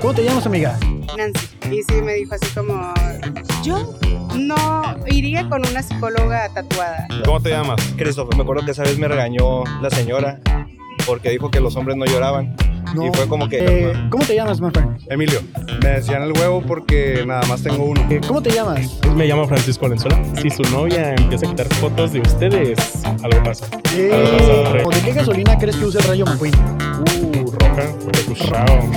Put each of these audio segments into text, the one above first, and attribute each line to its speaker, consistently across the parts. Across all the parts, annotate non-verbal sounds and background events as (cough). Speaker 1: ¿Cómo te llamas, amiga?
Speaker 2: Nancy. Y sí me dijo así como, yo no iría con una psicóloga tatuada.
Speaker 3: ¿Cómo te llamas?
Speaker 4: Christopher, me acuerdo que esa vez me regañó la señora porque dijo que los hombres no lloraban.
Speaker 1: No.
Speaker 4: Y fue como que...
Speaker 1: Eh, ¿Cómo te llamas, my friend?
Speaker 3: Emilio. Me decían el huevo porque nada más tengo uno.
Speaker 1: Eh, ¿Cómo te llamas?
Speaker 5: Pues Me llamo Francisco Valenzuela. Si su novia empieza a quitar fotos de ustedes, algo pasa.
Speaker 3: Ah,
Speaker 1: Eh, ¿O de qué gasolina crees que usa el Rayo McQueen?
Speaker 5: Uh, roja, recuchado.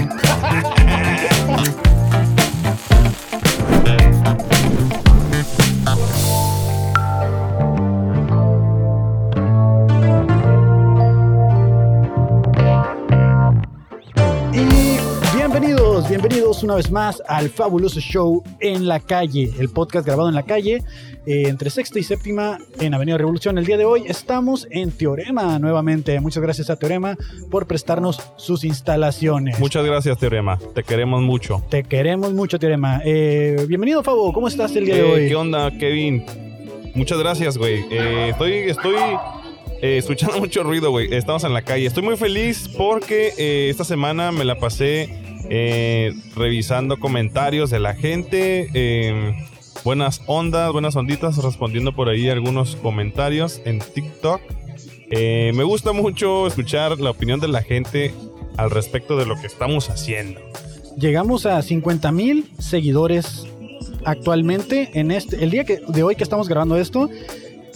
Speaker 1: Y bienvenidos, bienvenidos una vez más al fabuloso show En la Calle, el podcast grabado en la calle eh, entre sexta y séptima en Avenida Revolución. El día de hoy estamos en Teorema nuevamente. Muchas gracias a Teorema por prestarnos sus instalaciones.
Speaker 3: Muchas gracias, Teorema. Te queremos mucho.
Speaker 1: Te queremos mucho, Teorema. Eh, bienvenido, Fabo. ¿Cómo estás el día de
Speaker 3: Eh,
Speaker 1: hoy?
Speaker 3: ¿Qué onda, Kevin? Muchas gracias, güey. Eh, estoy estoy eh, escuchando (laughs) mucho ruido, güey. Estamos en la calle. Estoy muy feliz porque eh, esta semana me la pasé eh, revisando comentarios de la gente. eh, buenas ondas, buenas onditas, respondiendo por ahí algunos comentarios en TikTok. Eh, me gusta mucho escuchar la opinión de la gente al respecto de lo que estamos haciendo.
Speaker 1: Llegamos a 50 mil seguidores actualmente en este el día que, de hoy que estamos grabando esto.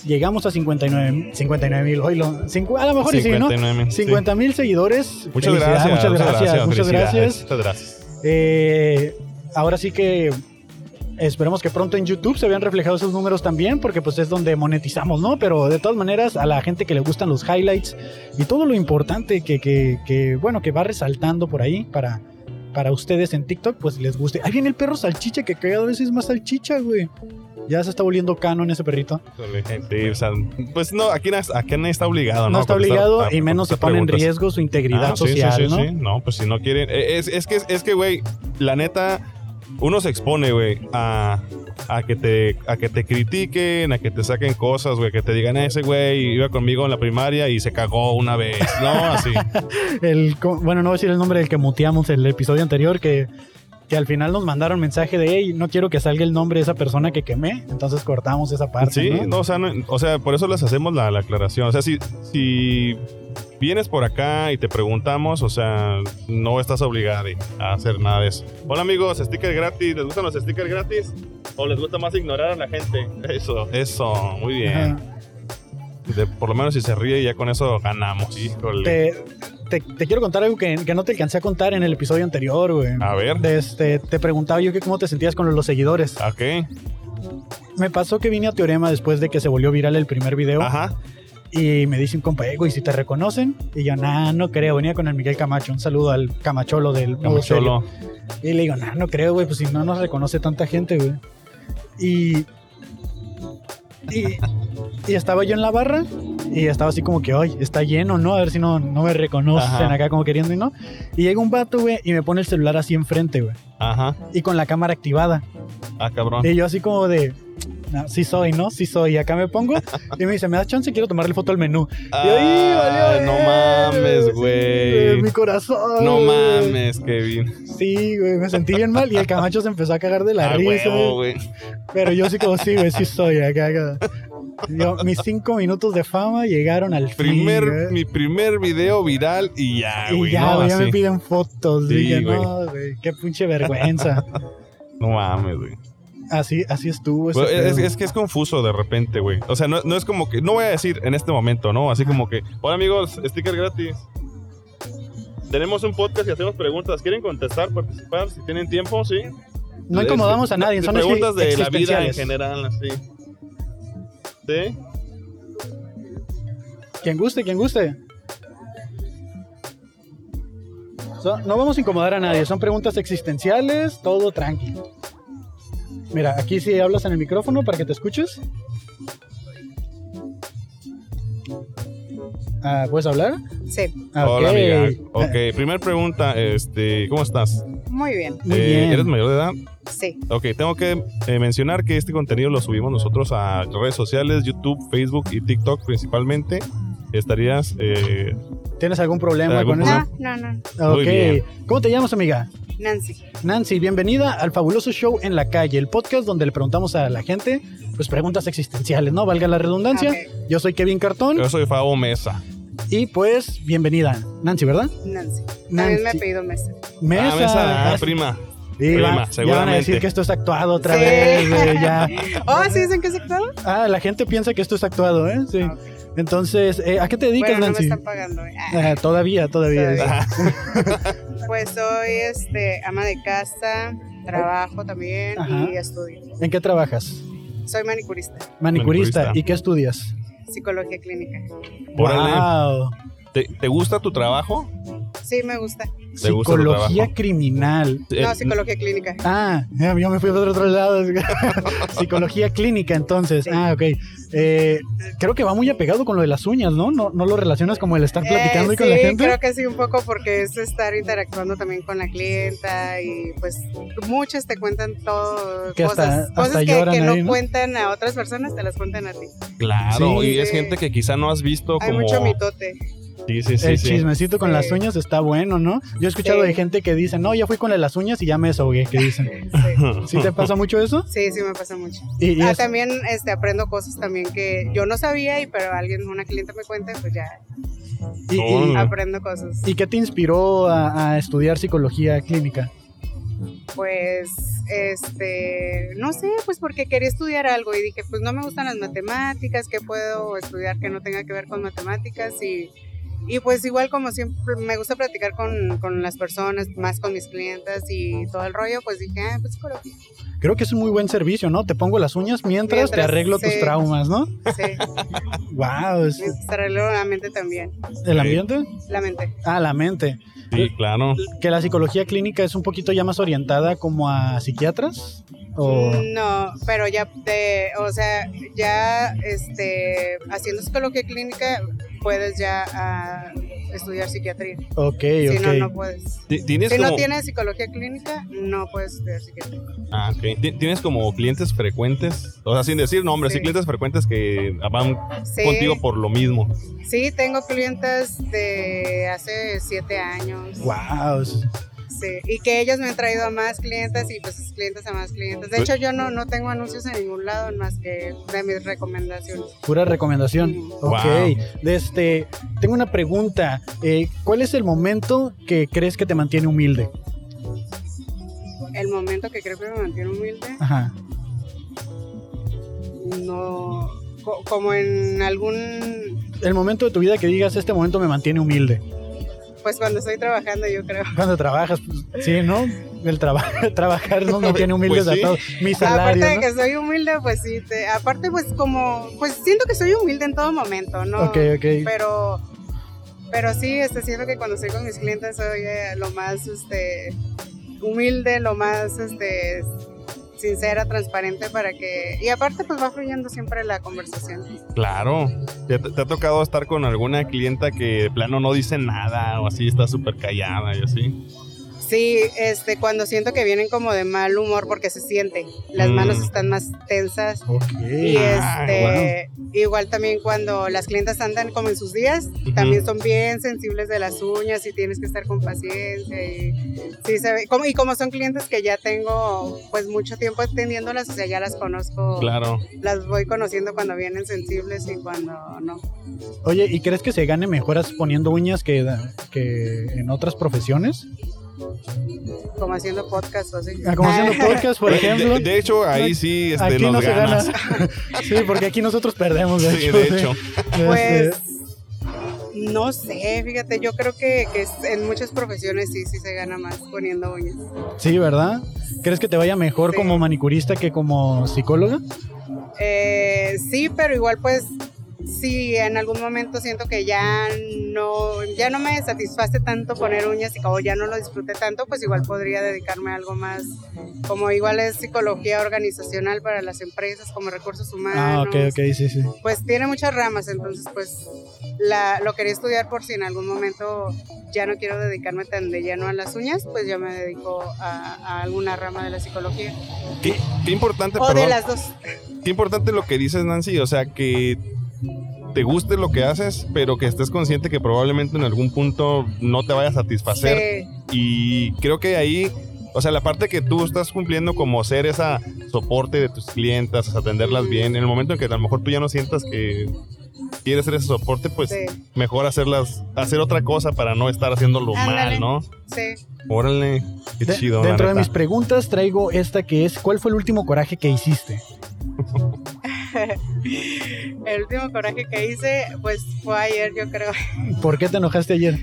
Speaker 1: Llegamos a 59 59 mil. oílo. Cincu- A lo mejor y sí, ¿no?
Speaker 3: 59,000, sí.
Speaker 1: 50 mil seguidores.
Speaker 3: Muchas
Speaker 1: Felicidad,
Speaker 3: gracias,
Speaker 1: Muchas gracias. Muchas
Speaker 3: felicidades,
Speaker 1: gracias.
Speaker 3: Muchas gracias.
Speaker 1: Eh, ahora sí que esperemos que pronto en YouTube se vean reflejados esos números también, porque pues es donde monetizamos, ¿no? Pero de todas maneras, a la gente que le gustan los highlights y todo lo importante que, que, que, bueno, que va resaltando por ahí para, para ustedes en TikTok, pues les guste. Ahí viene el perro salchicha, que cada vez es más salchicha, güey. Ya se está volviendo canon ese perrito.
Speaker 3: Sí, o sea, pues no, aquí, na- aquí nadie está obligado,
Speaker 1: No,
Speaker 3: ¿no?
Speaker 1: está
Speaker 3: A contestar-
Speaker 1: obligado
Speaker 3: a
Speaker 1: y menos se
Speaker 3: contestar
Speaker 1: pone en
Speaker 3: preguntas.
Speaker 1: riesgo su integridad
Speaker 3: Ah, sí, sí,
Speaker 1: social,
Speaker 3: sí,
Speaker 1: ¿no?
Speaker 3: sí. pues si no quieren. eh, Es, es que, es que, güey, la neta, uno se expone, güey, a, a, que te, a que te critiquen, a que te saquen cosas, güey, que te digan, ese güey iba conmigo en la primaria y se cagó una vez, ¿no? Así.
Speaker 1: el, co- bueno, no voy a decir el nombre del que muteamos el episodio anterior, que, que al final nos mandaron mensaje de, hey, no quiero que salga el nombre de esa persona que quemé, entonces cortamos esa parte.
Speaker 3: Sí,
Speaker 1: ¿no?
Speaker 3: no, o, sea, no- o sea, por eso les hacemos la, la aclaración. O sea, si, si vienes por acá y te preguntamos, o sea, no estás obligado a hacer nada de eso. Hola amigos, sticker gratis. ¿Les gustan los stickers gratis? ¿O les gusta más ignorar a la gente? Eso, eso, muy bien.
Speaker 1: Ajá.
Speaker 3: De- por lo menos si se ríe, ya con eso ganamos. Híjole.
Speaker 1: Te, te- te quiero contar algo que, que no te alcancé a contar en el episodio anterior, güey.
Speaker 3: A ver,
Speaker 1: De Este, te preguntaba yo que cómo te sentías con los seguidores.
Speaker 3: ¿a qué?
Speaker 1: Me pasó que vine a Teorema después de que se volvió viral el primer video
Speaker 3: Ajá.
Speaker 1: y me dice un compa, "Eh, güey, si te reconocen. Y yo, nah, no creo. Venía con el Miguel Camacho. Un saludo al Camacholo del Modo Serio.
Speaker 3: Cholo.
Speaker 1: Y le digo, no, no creo, güey, pues si no nos reconoce tanta gente, güey. Y, y, y estaba yo en la barra y estaba así como que, ay, está lleno, ¿no? A ver si no, no me reconocen
Speaker 3: Ajá.
Speaker 1: acá como queriendo y no. Y llega un vato, güey, y me pone el celular así enfrente, güey.
Speaker 3: Ajá.
Speaker 1: Y con la cámara activada.
Speaker 3: Ah, cabrón.
Speaker 1: Y yo así como de... "No, sí soy, ¿no? Sí soy. Y acá me pongo y me dice, ¿me das chance? Quiero tomarle foto al menú. Y yo, "Ih,
Speaker 3: Ah,
Speaker 1: valió,
Speaker 3: no
Speaker 1: eh, sí,
Speaker 3: mames, güey.
Speaker 1: Mi corazón.
Speaker 3: No
Speaker 1: güey".
Speaker 3: mames, Kevin.
Speaker 1: Sí, güey, me sentí bien mal y el Camacho se empezó a cagar de la
Speaker 3: Ah,
Speaker 1: risa.
Speaker 3: huevo,
Speaker 1: güey.
Speaker 3: güey.
Speaker 1: Pero yo sí como sí, güey, sí soy acá. acá. Yo- mis cinco minutos de fama llegaron al fin,
Speaker 3: primer,
Speaker 1: güey.
Speaker 3: mi primer video viral y ya,
Speaker 1: y
Speaker 3: güey.
Speaker 1: ya,
Speaker 3: no,
Speaker 1: güey, ya
Speaker 3: Así.
Speaker 1: me piden fotos.
Speaker 3: Sí,
Speaker 1: Dije,
Speaker 3: güey.
Speaker 1: no, güey, qué pinche vergüenza.
Speaker 3: No mames, güey.
Speaker 1: Así, así estuvo. ese
Speaker 3: Bueno, es,
Speaker 1: pedo.
Speaker 3: es que es confuso de repente, güey. O sea, no, no es como que. No voy a decir en este momento, ¿no? Así como que. Hola, amigos, sticker gratis. Tenemos un podcast y hacemos preguntas. ¿Quieren contestar, participar? Si tienen tiempo, sí.
Speaker 1: no incomodamos a nadie,
Speaker 3: Este,
Speaker 1: son
Speaker 3: preguntas de la vida en
Speaker 1: existenciales.
Speaker 3: general, así. ¿Sí?
Speaker 1: Quien guste, quien guste. So- no vamos a incomodar a nadie, son preguntas existenciales, todo tranquilo. Mira, aquí si hablas en el micrófono para que te escuches. Ah, ¿Puedes hablar?
Speaker 2: Sí,
Speaker 1: Ah,
Speaker 3: Hola,
Speaker 1: ok.
Speaker 3: amiga.
Speaker 1: Eh,
Speaker 3: Ok, primer pregunta. Este, ¿Cómo estás?
Speaker 2: muy bien.
Speaker 1: Muy
Speaker 3: Eh,
Speaker 1: bien.
Speaker 3: ¿Eres mayor de edad?
Speaker 2: Sí,
Speaker 3: Ok, tengo que eh, mencionar que este contenido lo subimos nosotros a redes sociales, YouTube, Facebook y TikTok principalmente. Estarías... eh,
Speaker 1: ¿Tienes algún problema
Speaker 3: ¿Algún
Speaker 1: con
Speaker 3: problema?
Speaker 1: eso?
Speaker 2: Ah, no, no, no.
Speaker 3: Muy
Speaker 1: Ok.
Speaker 3: bien.
Speaker 1: ¿Cómo te llamas, amiga?
Speaker 2: Nancy.
Speaker 1: Nancy, bienvenida al fabuloso show en la calle, el podcast donde le preguntamos a la gente pues preguntas existenciales, ¿no? Valga la redundancia.
Speaker 2: Ok,
Speaker 1: Yo soy Kevin Cartón
Speaker 3: Yo soy Fabo Mesa.
Speaker 1: y pues bienvenida, Nancy, ¿verdad?
Speaker 2: Nancy.
Speaker 1: Nancy.
Speaker 2: También me he pedido mesa.
Speaker 1: Mesa.
Speaker 3: Ah, Mesa, ah, prima.
Speaker 1: Sí, va-
Speaker 3: prima,
Speaker 1: ya van a
Speaker 3: seguramente.
Speaker 1: decir que esto es actuado otra
Speaker 2: Sí.
Speaker 1: vez, güey,
Speaker 2: (laughs)
Speaker 1: ya.
Speaker 2: Oh, ¿sí dicen que es actuado?
Speaker 1: Ah, la gente piensa que esto es actuado, ¿eh? Sí.
Speaker 2: Ah, Ok.
Speaker 1: Entonces, eh, ¿a qué te dedicas,
Speaker 2: Bueno, no me
Speaker 1: Nancy?
Speaker 2: están pagando. eh. Ah,
Speaker 1: Ah, todavía, todavía.
Speaker 2: Todavía. (laughs) Pues soy este, ama de casa, trabajo también
Speaker 1: Ajá.
Speaker 2: y estudio.
Speaker 1: ¿En qué trabajas?
Speaker 2: Soy manicurista,
Speaker 1: Manicurista.
Speaker 3: Manicurista.
Speaker 1: ¿Y qué estudias?
Speaker 2: psicología clínica.
Speaker 3: Órale.
Speaker 1: Wow.
Speaker 3: ¿Te, te gusta tu trabajo?
Speaker 2: Sí, me gusta.
Speaker 3: ¿Te gusta tu
Speaker 1: Psicología
Speaker 3: trabajo?
Speaker 1: criminal.
Speaker 3: Eh,
Speaker 2: No, psicología clínica.
Speaker 1: Ah, ya, yo me fui por otro lado. (laughs) Psicología clínica, entonces. Ah, ok. Eh, creo que va muy apegado con lo de las uñas, ¿no? ¿No, no lo relacionas como el estar
Speaker 2: Eh,
Speaker 1: platicando ahí con la
Speaker 2: sí,
Speaker 1: gente?
Speaker 2: creo que sí, un poco porque es estar interactuando también con la clienta y pues muchas te cuentan todo,
Speaker 1: Que hasta-
Speaker 2: cosas,
Speaker 1: hasta
Speaker 2: cosas que- que,
Speaker 1: lloran
Speaker 2: no,
Speaker 1: ahí, ¿no?
Speaker 2: cuentan a otras personas, te las cuentan a ti.
Speaker 3: Claro,
Speaker 1: Sí.
Speaker 3: y es gente que quizá no has visto
Speaker 2: Hay
Speaker 3: como...
Speaker 2: mucho mitote.
Speaker 3: Sí, sí, sí.
Speaker 1: el
Speaker 3: sí.
Speaker 1: chismecito con
Speaker 2: Sí.
Speaker 1: las uñas está bueno, ¿no? Yo he escuchado
Speaker 2: Sí.
Speaker 1: de gente que dice, no, ya fui con las uñas y ya me desahogué, que dicen. ¿Sí
Speaker 2: Sí,
Speaker 1: te pasa mucho eso?
Speaker 2: sí, sí me pasa mucho.
Speaker 1: Y, y
Speaker 2: Ah,
Speaker 1: es-
Speaker 2: también este, aprendo cosas también que yo no sabía y pero alguien, una cliente me cuenta, pues ya
Speaker 1: y- y-
Speaker 3: Mm.
Speaker 2: aprendo cosas.
Speaker 1: ¿Y qué te inspiró a, a estudiar psicología clínica?
Speaker 2: Pues, este, no sé, pues porque quería estudiar algo y dije, pues no me gustan las matemáticas, ¿qué puedo estudiar que no tenga que ver con matemáticas? Y, y pues igual como siempre me gusta platicar con, con las personas, más con mis clientes y todo el rollo, pues dije, ah, pues psicología.
Speaker 1: Creo que es un muy buen servicio, ¿no? Te pongo las uñas mientras, te
Speaker 2: Mientras,
Speaker 1: arreglo
Speaker 2: sí.
Speaker 1: tus traumas, ¿no? (laughs)
Speaker 2: Sí,
Speaker 1: Wow,
Speaker 2: me desarrolló la mente también,
Speaker 1: ¿el ambiente?
Speaker 2: la mente.
Speaker 1: Ah, la mente.
Speaker 3: Sí, claro.
Speaker 1: Que la psicología clínica es un poquito ya más orientada como a psiquiatras o
Speaker 2: No, pero ya, te, o sea, ya este, haciendo psicología clínica puedes ya ah, estudiar psiquiatría.
Speaker 1: ok,
Speaker 2: Si no,
Speaker 1: ok.
Speaker 2: no puedes.
Speaker 3: Ti- Tienes
Speaker 2: Si
Speaker 3: como...
Speaker 2: no tienes psicología clínica, no puedes estudiar psiquiatría.
Speaker 3: Ah, ok. Ti- Tienes como clientes frecuentes, o sea, sin decir nombres, sí,
Speaker 2: Sí.
Speaker 3: clientes frecuentes que van
Speaker 2: Sí,
Speaker 3: contigo por lo mismo.
Speaker 2: sí, tengo clientes de hace siete años.
Speaker 1: Wow.
Speaker 2: Sí, y que ellos me han traído a más clientes y pues clientes a más clientes.
Speaker 1: Pues
Speaker 2: De hecho, yo no, no tengo anuncios en ningún lado más que de mis recomendaciones.
Speaker 1: Pura recomendación.
Speaker 2: Mm.
Speaker 1: Ok.
Speaker 3: Wow.
Speaker 1: De este, tengo una pregunta. Eh, ¿Cuál es el momento que crees que te mantiene humilde?
Speaker 2: El momento que creo que me mantiene humilde,
Speaker 1: Ajá.
Speaker 2: no. co- Como en algún.
Speaker 1: El momento de tu vida que digas, este momento me mantiene humilde.
Speaker 2: Pues cuando estoy trabajando, yo creo.
Speaker 1: Cuando trabajas, pues, sí, ¿no? El traba- (laughs) trabajar nos mantiene humildes
Speaker 3: Pues sí.
Speaker 1: a todos. Mi salario,
Speaker 2: aparte
Speaker 1: ¿no?
Speaker 2: de que soy humilde, pues sí. te- aparte, pues como. Pues siento que soy humilde en todo momento, ¿no?
Speaker 1: Ok, ok.
Speaker 2: pero pero sí este siento que cuando estoy con mis clientes soy eh, lo más este humilde lo más este sincera transparente para que y aparte pues va fluyendo siempre la conversación
Speaker 3: Claro. ¿Te, te ha tocado estar con alguna clienta que de plano no dice nada o así está súper callada y así?
Speaker 2: sí este cuando siento que vienen como de mal humor porque se siente las
Speaker 3: Mm.
Speaker 2: manos están más tensas
Speaker 1: Ok.
Speaker 2: y
Speaker 3: Ah,
Speaker 2: este igual también cuando las clientes andan como en sus días
Speaker 3: Ujú.
Speaker 2: también son bien sensibles de las uñas y tienes que estar con paciencia y sí se ve- como, y como son clientes que ya tengo pues mucho tiempo atendiéndolas, o sea, ya las conozco,
Speaker 3: Claro.
Speaker 2: las voy conociendo cuando vienen sensibles y cuando no.
Speaker 1: Oye, ¿y crees que se gane mejoras poniendo uñas que, da- que en otras profesiones?
Speaker 2: Como haciendo podcast o así.
Speaker 1: Ah, Como haciendo podcast, por
Speaker 3: De-
Speaker 1: ejemplo.
Speaker 3: De, de hecho, ahí sí este,
Speaker 1: aquí
Speaker 3: nos
Speaker 1: no se gana. (laughs)
Speaker 3: ganas.
Speaker 1: Sí, porque aquí nosotros perdemos. De
Speaker 3: Sí,
Speaker 1: hecho, (laughs)
Speaker 3: de hecho.
Speaker 1: Este,
Speaker 2: Pues no sé, fíjate, yo creo que, que es- en muchas profesiones sí, sí se gana más poniendo uñas.
Speaker 1: Sí, ¿verdad? ¿Crees que te vaya mejor
Speaker 2: Sí.
Speaker 1: como manicurista que como psicóloga?
Speaker 2: Eh, sí, pero igual pues si en algún momento siento que ya no, ya no me satisface tanto poner uñas y como ya no lo disfruté tanto, pues igual podría dedicarme a algo más, como igual es psicología organizacional para las empresas, como recursos
Speaker 1: Ah,
Speaker 2: humanos.
Speaker 1: ok, ok, sí, sí.
Speaker 2: Pues tiene muchas ramas, entonces pues la, lo quería estudiar por si en algún momento ya no quiero dedicarme tan de lleno a las uñas, pues yo me dedico a, a alguna rama de la psicología.
Speaker 3: Qué, qué importante,
Speaker 2: O de
Speaker 3: perdón,
Speaker 2: las dos.
Speaker 3: qué importante lo que dices, Nancy. O sea, que te guste lo que haces, pero que estés consciente que probablemente en algún punto no te vaya a
Speaker 2: Sí,
Speaker 3: satisfacer. Y creo que ahí, o sea, la parte que tú estás cumpliendo como ser esa soporte de tus clientas, atenderlas bien, en el momento en que a lo mejor tú ya no sientas que quieres ser ese soporte, pues
Speaker 2: sí,
Speaker 3: mejor hacerlas, hacer otra cosa para no estar haciéndolo
Speaker 2: Ándale.
Speaker 3: mal, ¿no?
Speaker 2: sí.
Speaker 3: Órale, qué
Speaker 1: De-
Speaker 3: chido. la
Speaker 1: dentro de mis
Speaker 3: neta. Ah,
Speaker 1: preguntas traigo esta que es, ¿cuál fue el último coraje que hiciste?
Speaker 2: El último coraje que hice, pues fue ayer, yo creo. (laughs)
Speaker 1: ¿Por qué te enojaste ayer?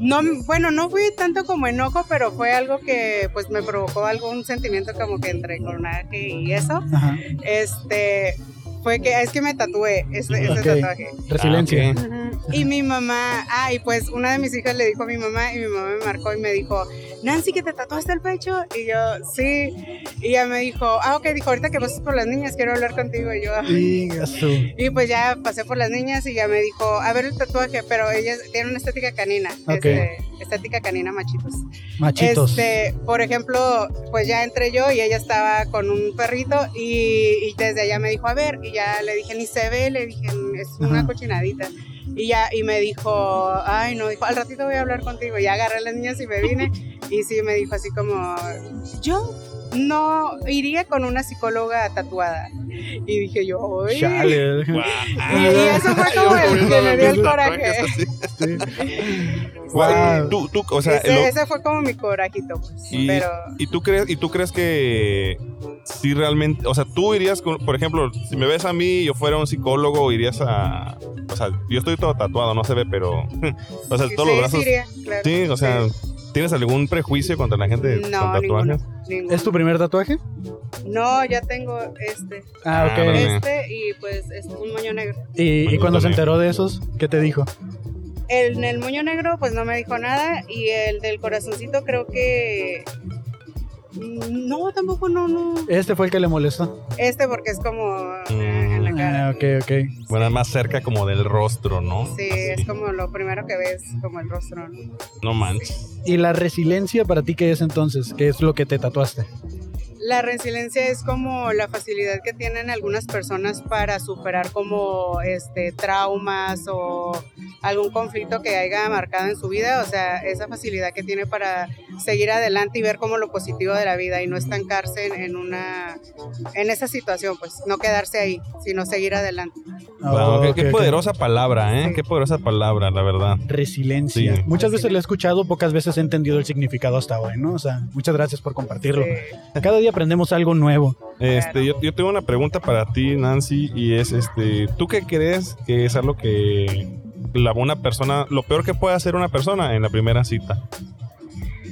Speaker 2: No, bueno, no fui tanto como enojo, pero fue algo que pues me provocó algún sentimiento como que entre coraje y eso.
Speaker 1: Ajá.
Speaker 2: Este fue que es que me tatué ese, ese
Speaker 1: Ok.
Speaker 2: tatuaje.
Speaker 1: Resiliencia.
Speaker 3: Ah, ok.
Speaker 2: Ujú. Y mi mamá, ah, y pues una de mis hijas le dijo a mi mamá y mi mamá me marcó y me dijo, Nancy, que te tatuaste el pecho. Y yo, sí. Y ella me dijo, ah, ok, dijo, ahorita que pases por las niñas, quiero hablar contigo. Y yo,
Speaker 3: Ah,
Speaker 1: Y su-
Speaker 2: y pues ya pasé por las niñas y ya me dijo, a ver el tatuaje, pero ellas tienen una estética canina,
Speaker 1: Ok.
Speaker 2: este, estética canina machitos.
Speaker 1: machitos.
Speaker 2: Este, por ejemplo, pues ya entré yo y ella estaba con un perrito y, y desde allá me dijo, a ver, y ya le dije, ni se ve, le dije, es una
Speaker 1: Ajá.
Speaker 2: cochinadita. Y ya, y me dijo, ay no, dijo, al ratito voy a hablar contigo. Ya agarré a las niñas y me vine. Y sí, me dijo así como, yo no iría con una psicóloga tatuada. Y dije yo, ay.
Speaker 1: Chale.
Speaker 2: Y, y eso fue como el que me dio el coraje.
Speaker 3: ¿Cuál- tú- tú, o sea,
Speaker 2: ese,
Speaker 3: lo-
Speaker 2: ese fue como mi corajito, pues.
Speaker 3: Y-
Speaker 2: pero
Speaker 3: ¿Y tú crees, y tú crees que si realmente, o sea, tú irías, con, por ejemplo, si me ves a mí, yo fuera un psicólogo, irías a, o sea, yo estoy todo tatuado, no se ve, pero, o sea,
Speaker 2: sí,
Speaker 3: todos los
Speaker 2: sí,
Speaker 3: brazos,
Speaker 2: sí iría, claro.
Speaker 3: sí, o sea, ¿tienes algún prejuicio contra la gente con
Speaker 2: No,
Speaker 3: tatuajes?
Speaker 2: ninguno, ninguno.
Speaker 1: ¿Es tu primer tatuaje?
Speaker 2: No, ya tengo este,
Speaker 1: Ah,
Speaker 3: Ah,
Speaker 1: ok.
Speaker 3: vale.
Speaker 2: este y pues es un moño negro.
Speaker 1: ¿Y, y
Speaker 3: Bueno,
Speaker 1: cuando se
Speaker 3: también.
Speaker 1: enteró de esos, qué te dijo?
Speaker 2: El, en el moño negro pues no me dijo nada y el del corazoncito creo que... mm, No, tampoco, no, no.
Speaker 1: Este fue el que le molestó.
Speaker 2: Este porque es como eh,
Speaker 3: Mm.
Speaker 2: en la
Speaker 1: Ah,
Speaker 2: cara.
Speaker 1: ok, ok.
Speaker 3: Bueno, más cerca como del rostro, ¿no?
Speaker 2: Sí,
Speaker 3: Así.
Speaker 2: es como lo primero que ves, como el rostro. ¿no?
Speaker 3: No manches.
Speaker 1: ¿Y la resiliencia para ti qué es entonces? ¿Qué es lo que te tatuaste?
Speaker 2: La resiliencia es como la facilidad que tienen algunas personas para superar como este traumas o algún conflicto que haya marcado en su vida, o sea, esa facilidad que tiene para seguir adelante y ver como lo positivo de la vida y no estancarse en, en una en esa situación, pues no quedarse ahí, sino seguir adelante.
Speaker 3: Wow,
Speaker 1: Ah,
Speaker 3: qué,
Speaker 1: ok,
Speaker 3: qué
Speaker 1: ok.
Speaker 3: poderosa palabra, ¿eh?
Speaker 2: Sí.
Speaker 3: Qué poderosa palabra, la verdad.
Speaker 1: Resiliencia.
Speaker 3: Sí.
Speaker 1: Muchas veces lo he escuchado, pocas veces he entendido el significado hasta hoy, ¿no? O sea, muchas gracias por compartirlo.
Speaker 2: Eh,
Speaker 1: Cada día aprendemos algo nuevo.
Speaker 3: Este,
Speaker 2: Claro.
Speaker 3: yo, yo tengo una pregunta para ti, Nancy, y es este, ¿tú qué crees que es algo que la una persona, lo peor que puede hacer una persona en la primera cita?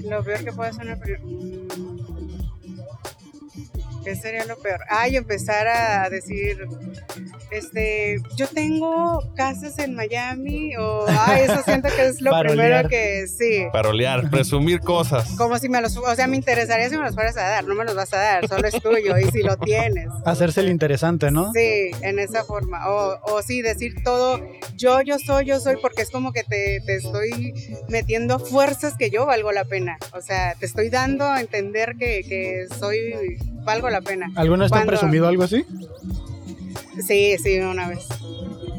Speaker 2: lo peor que puede ser una pri- Mm. ¿Qué sería lo peor? Ay, empezar a decir, este, yo tengo casas en Miami o, ay, eso siento que es lo
Speaker 1: Farolear.
Speaker 2: primero que sí. (laughs)
Speaker 3: Parolear, presumir cosas.
Speaker 2: Como si me los, o sea, me interesaría si me los fueras a dar, no me los vas a dar, solo es tuyo y si lo tienes.
Speaker 1: Hacerse el interesante, ¿no?
Speaker 2: Sí, en esa forma. O, o sí, decir todo, yo, yo soy, yo soy, porque es como que te, te estoy metiendo fuerzas que yo valgo la pena. O sea, te estoy dando a entender que, que soy, valgo la pena.
Speaker 1: ¿Alguna vez te han
Speaker 2: Cuando-
Speaker 1: presumido algo así?
Speaker 2: Sí, sí, una vez.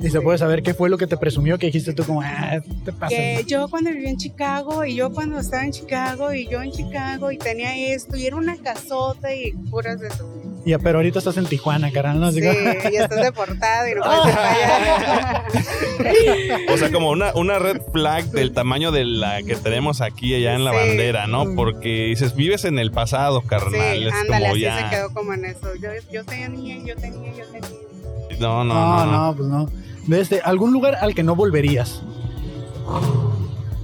Speaker 1: Y se puede saber qué fue lo que te presumió que dijiste tú como, ah, te pasa.
Speaker 2: Que yo cuando viví en Chicago y yo cuando estaba en Chicago y yo en Chicago y tenía esto y era una casota y puras de eso.
Speaker 1: Ya, pero ahorita estás en Tijuana, carnal, ¿no? Así
Speaker 2: Sí,
Speaker 1: que-
Speaker 2: y estás deportado y no puedes ir para allá.
Speaker 3: O sea, como una, una red flag del tamaño de la que tenemos aquí allá en la
Speaker 2: Sí. Mm.
Speaker 3: bandera, ¿no? Porque dices, vives en el pasado,
Speaker 2: Sí,
Speaker 3: carnal. es
Speaker 2: ándale,
Speaker 3: como
Speaker 2: así se
Speaker 3: ya.
Speaker 2: quedó como en eso. Yo, yo tenía, yo tenía, yo tenía.
Speaker 3: No, no,
Speaker 1: No,
Speaker 3: no.
Speaker 1: no, pues no. Desde algún lugar al que no volverías.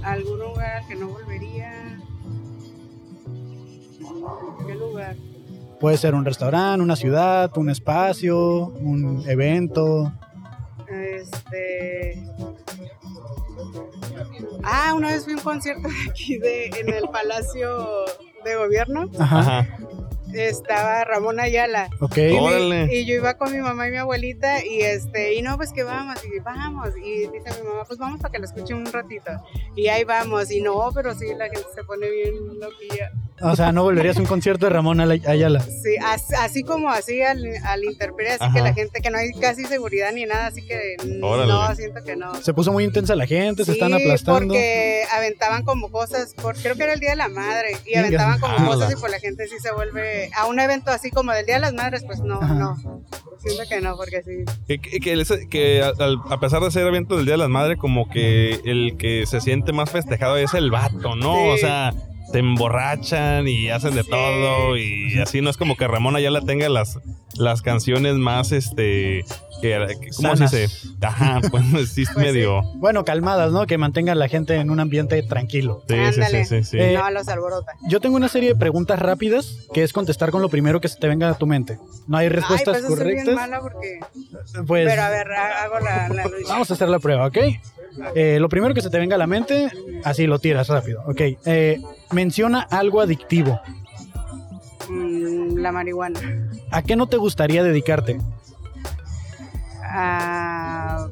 Speaker 2: algún lugar al que no volvería. ¿Qué lugar?
Speaker 1: Puede ser un restaurante, una ciudad, un espacio, un evento.
Speaker 2: Este. Ah, una vez fui a un concierto de aquí de, en el Palacio de Gobierno.
Speaker 1: Ajá.
Speaker 3: Ajá.
Speaker 2: Estaba Ramón Ayala.
Speaker 1: Ok.
Speaker 2: Y, me-
Speaker 3: Órale.
Speaker 2: y yo iba con mi mamá y mi abuelita y este, y no, pues que vamos, y vamos, y dice mi mamá, pues vamos para que lo escuche un ratito. Y ahí vamos, y no, pero sí, la gente se pone bien loquilla.
Speaker 1: O sea, no volverías a un concierto de Ramón Ala- Ayala.
Speaker 2: Sí, as- así, como así al, al intemperie, así
Speaker 3: Ajá.
Speaker 2: que la gente que no hay casi seguridad ni nada, así que n-
Speaker 3: Órale.
Speaker 2: no, siento que no.
Speaker 1: Se puso muy intensa la gente, se están
Speaker 2: Sí,
Speaker 1: aplastando.
Speaker 2: porque aventaban como cosas, por, creo que era el Día de la Madre, y
Speaker 1: Venga.
Speaker 2: aventaban como
Speaker 3: Ala.
Speaker 2: cosas y pues la gente sí se vuelve a un evento así como del Día de las Madres, pues no,
Speaker 1: Ajá.
Speaker 2: no. Siento que no, porque sí.
Speaker 3: Que, Eh, que- que les- que a, al- a pesar de ser evento del Día de las Madres, como que el que se siente más festejado es el vato, ¿no?
Speaker 2: Sí.
Speaker 3: O sea, se emborrachan y hacen de
Speaker 2: Sí.
Speaker 3: todo y así no es como que Ramón Ayala tenga las, las canciones más, este, que, que- ¿cómo
Speaker 1: Sanas.
Speaker 3: se dice? Ajá, pues sí,
Speaker 2: Pues
Speaker 3: medio.
Speaker 1: Bueno, calmadas, ¿no? Que mantengan a la gente en un ambiente tranquilo.
Speaker 3: Sí, sí, sí,
Speaker 2: Ándale.
Speaker 3: sí, sí.
Speaker 1: Eh,
Speaker 2: No, los alborota.
Speaker 1: Yo tengo una serie de preguntas rápidas que es contestar con lo primero que se te venga a tu mente. No hay respuestas
Speaker 2: Ay, pues eso es bien
Speaker 1: correctas.
Speaker 2: mala porque...
Speaker 1: Pues
Speaker 2: Pero a ver, ha- hago la, la lucha.
Speaker 1: vamos a hacer la prueba, ¿ok? Eh, lo primero que se te venga a la mente, así lo tiras rápido, ¿ok? Eh, menciona algo adictivo.
Speaker 2: Mm, la marihuana.
Speaker 1: ¿A qué no te gustaría dedicarte?
Speaker 2: Ah,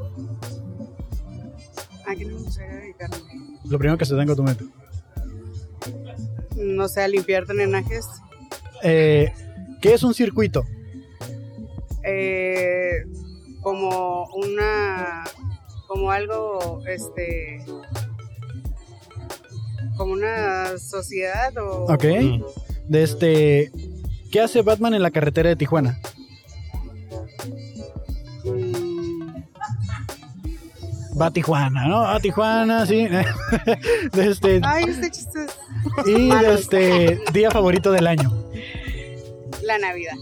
Speaker 2: ¿A qué no me gustaría dedicarme?
Speaker 1: Lo primero que se te venga a tu mente.
Speaker 2: No sé, a limpiar drenajes.
Speaker 1: Eh, ¿Qué es un circuito?
Speaker 2: eh, como una como algo este como una sociedad o
Speaker 1: ¿Ok?
Speaker 3: Mm.
Speaker 1: De este, ¿Qué hace Batman en la carretera de Tijuana?
Speaker 2: mm,
Speaker 1: Va a Tijuana, ¿no? A Tijuana, sí. (laughs) De este,
Speaker 2: ay este chiste es
Speaker 1: y de este, día favorito del año.
Speaker 2: la navidad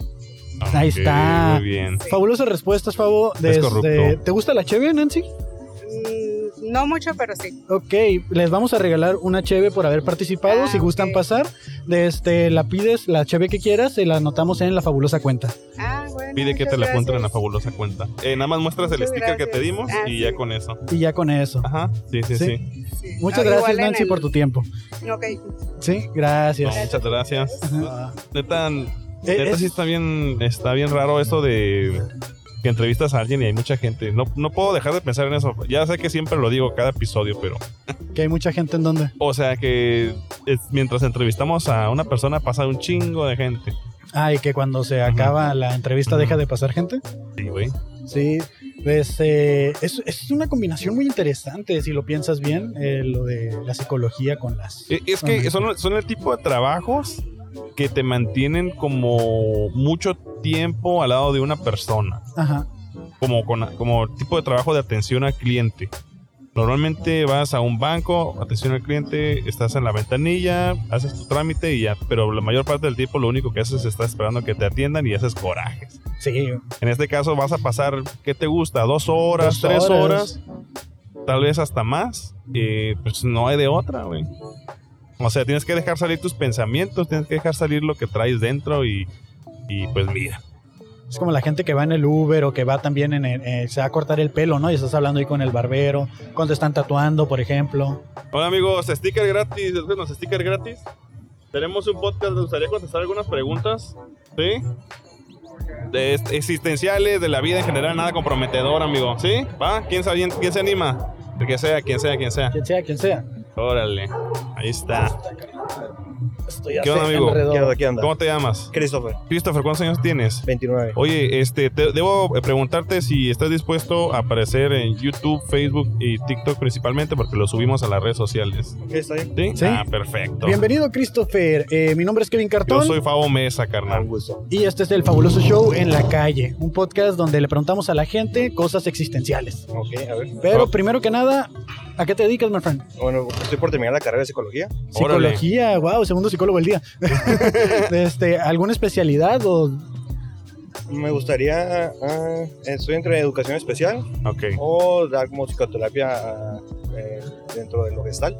Speaker 1: Ahí
Speaker 3: Ok,
Speaker 1: está.
Speaker 3: Muy bien.
Speaker 2: Sí.
Speaker 1: Fabulosas respuestas, Fabo. De
Speaker 3: Es
Speaker 1: este,
Speaker 3: corrupto.
Speaker 1: ¿Te gusta la cheve, Nancy?
Speaker 2: Mm, no mucho pero sí
Speaker 1: Ok, les vamos a regalar una cheve por haber participado.
Speaker 2: Ah,
Speaker 1: si gustan
Speaker 2: ok.
Speaker 1: pasar, de este, la pides, la cheve que quieras, se la anotamos en la fabulosa cuenta.
Speaker 2: ah bueno
Speaker 3: Pide que
Speaker 2: muchas
Speaker 3: te la apunten en la
Speaker 2: gracias.
Speaker 3: fabulosa cuenta. Eh, nada más muestras el
Speaker 2: Muchas
Speaker 3: sticker que
Speaker 2: gracias.
Speaker 3: te dimos
Speaker 2: Ah,
Speaker 3: y
Speaker 2: sí.
Speaker 3: ya con eso.
Speaker 1: Y ya con eso.
Speaker 3: Ajá. Sí,
Speaker 1: Sí.
Speaker 3: sí, sí.
Speaker 2: Sí.
Speaker 1: Muchas
Speaker 2: Ah,
Speaker 1: gracias,
Speaker 2: igual en
Speaker 1: Nancy,
Speaker 2: el-
Speaker 1: por tu tiempo.
Speaker 2: ok.
Speaker 1: Sí,
Speaker 3: No,
Speaker 1: gracias.
Speaker 3: muchas gracias.
Speaker 1: Ajá.
Speaker 3: Neta,
Speaker 1: Eh,
Speaker 3: neta
Speaker 1: es-
Speaker 3: sí está bien, está bien raro eso de que entrevistas a alguien y hay mucha gente. No, no puedo dejar de pensar en eso. Ya sé que siempre lo digo cada episodio, pero.
Speaker 1: Que hay mucha gente en donde.
Speaker 3: O sea que es- mientras entrevistamos a una persona pasa un chingo de gente.
Speaker 1: Ah, y que cuando se acaba la entrevista
Speaker 3: Ujú.
Speaker 1: deja de pasar gente.
Speaker 3: Sí, güey.
Speaker 1: Sí, pues, eh, es, es una combinación muy interesante, si lo piensas bien, eh, lo de la psicología con las...
Speaker 3: Eh, Es
Speaker 1: Ajá.
Speaker 3: que son, son el tipo de trabajos que te mantienen como mucho tiempo al lado de una persona.
Speaker 1: Ajá,
Speaker 3: como, con, como tipo de trabajo de atención al cliente. Normalmente vas a un banco, atención al cliente, estás en la ventanilla, haces tu trámite y ya. Pero la mayor parte del tiempo lo único que haces es estar esperando que te atiendan y haces corajes.
Speaker 1: sí,
Speaker 3: En este caso vas a pasar, ¿qué te gusta? ¿Dos
Speaker 1: Dos
Speaker 3: horas? ¿Tres
Speaker 1: horas.
Speaker 3: horas? Tal vez hasta más. Eh, pues no hay de otra, güey. O sea, tienes que dejar salir tus pensamientos, tienes que dejar salir lo que traes dentro y, y pues mira.
Speaker 1: es como la gente que va en el Uber o que va también en el- eh, se va a cortar el pelo, ¿no? Y estás hablando ahí con el barbero, cuando te están tatuando, por ejemplo.
Speaker 3: Hola amigos, sticker gratis, los sticker gratis. Tenemos un podcast, me gustaría contestar algunas preguntas, ¿sí? De est- existenciales, de la vida en general, nada comprometedor, amigo, ¿sí? ¿Va? ¿Quién se, avien- quién se anima? El que sea, quien sea, quien sea.
Speaker 1: Quien sea, quien sea.
Speaker 3: Órale, ahí está.
Speaker 1: Estoy
Speaker 3: ¿Qué onda, amigo?
Speaker 4: ¿Qué onda? ¿Qué onda?
Speaker 3: ¿Cómo te llamas?
Speaker 4: Christopher,
Speaker 3: Christopher, ¿cuántos años tienes?
Speaker 4: 29.
Speaker 3: Oye, este, te- debo eh, preguntarte si estás dispuesto a aparecer en YouTube, Facebook y TikTok principalmente porque lo subimos a las redes sociales.
Speaker 4: Ok, está bien.
Speaker 3: ¿Sí?
Speaker 1: Sí.
Speaker 3: Ah, perfecto.
Speaker 1: Bienvenido, Christopher. Eh, mi nombre es Kevin
Speaker 3: Yo
Speaker 1: Cartón.
Speaker 3: soy Fabo Mesa,
Speaker 4: Un
Speaker 3: carnal.
Speaker 4: gusto.
Speaker 1: Y este es el fabuloso show en la calle, un podcast donde le preguntamos a la gente cosas existenciales.
Speaker 4: Ok, a ver.
Speaker 1: Pero
Speaker 3: Ok.
Speaker 1: primero que nada, ¿a qué te dedicas, my friend?
Speaker 4: Bueno, estoy por terminar la carrera de psicología.
Speaker 3: Órale.
Speaker 1: Psicología, wow, segundo psicólogo del
Speaker 3: (laughs)
Speaker 1: día. este, ¿Alguna especialidad o
Speaker 4: Me gustaría. ah, estoy entre educación especial
Speaker 3: Ok.
Speaker 4: o dar como psicoterapia ah, eh, dentro de lo gestal.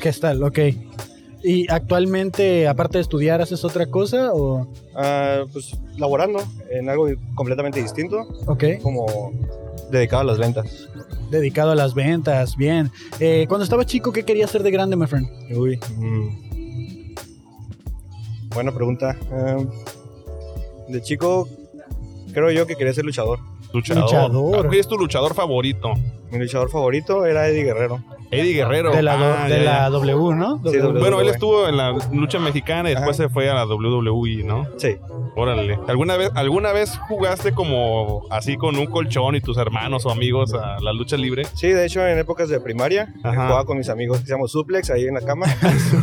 Speaker 1: gestal? Ok. ¿Y actualmente, aparte de estudiar, haces otra cosa? O...
Speaker 4: Ah, pues laborando en algo completamente distinto,
Speaker 1: Ok,
Speaker 4: como dedicado a las ventas.
Speaker 1: dedicado a las ventas, bien. Eh, cuando estaba chico, ¿qué querías ser de grande, my friend?
Speaker 4: Uy. Mm. Buena pregunta. Ah, de chico, creo yo que quería ser luchador.
Speaker 3: Luchador.
Speaker 1: Luchador.
Speaker 3: ¿Cuál es tu luchador favorito?
Speaker 4: Mi luchador favorito era Eddie Guerrero.
Speaker 3: Eddie Guerrero.
Speaker 1: de la, do-
Speaker 3: Ah,
Speaker 1: de
Speaker 3: ya,
Speaker 1: la
Speaker 3: ya.
Speaker 1: W, E. ¿no?
Speaker 4: Sí, W.
Speaker 3: Bueno, él estuvo en la lucha mexicana y después
Speaker 4: Ajá.
Speaker 3: se fue a la WWE, ¿no?
Speaker 4: Sí.
Speaker 3: Órale. ¿Alguna vez, ¿Alguna vez jugaste como así con un colchón y tus hermanos o amigos a la lucha libre?
Speaker 4: Sí, de hecho, en épocas de primaria
Speaker 3: Ajá.
Speaker 4: jugaba con mis amigos que se llaman suplex ahí en la cama.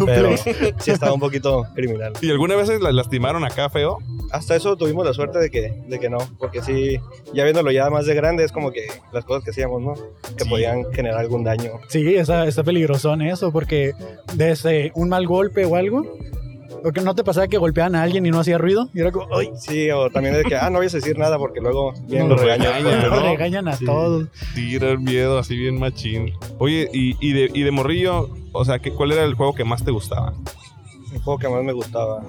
Speaker 4: pero sí estaba un poquito criminal.
Speaker 3: ¿Y alguna vez la lastimaron acá feo?
Speaker 4: Hasta eso tuvimos la suerte de que, de que no, porque sí, ya viéndolo ya más de grande, es como que las cosas que hacíamos, ¿no? Que
Speaker 3: Sí.
Speaker 4: podían generar algún daño.
Speaker 1: Sí, está, está peligrosón eso, porque desde un mal golpe o algo, porque no te pasaba que golpeaban a alguien y no hacía ruido, y era como, ¡ay!
Speaker 4: Sí, o también de que, ah, no vayas a decir nada porque luego vienen
Speaker 1: No,
Speaker 4: los regaños.
Speaker 3: regañan, ¿no?
Speaker 1: regañan a
Speaker 4: Sí.
Speaker 1: todos.
Speaker 3: Tira el miedo así bien machín. Oye, y, y de, y de morrillo, o sea, ¿qué, ¿cuál era el juego que más te gustaba?
Speaker 4: El juego que más me gustaba.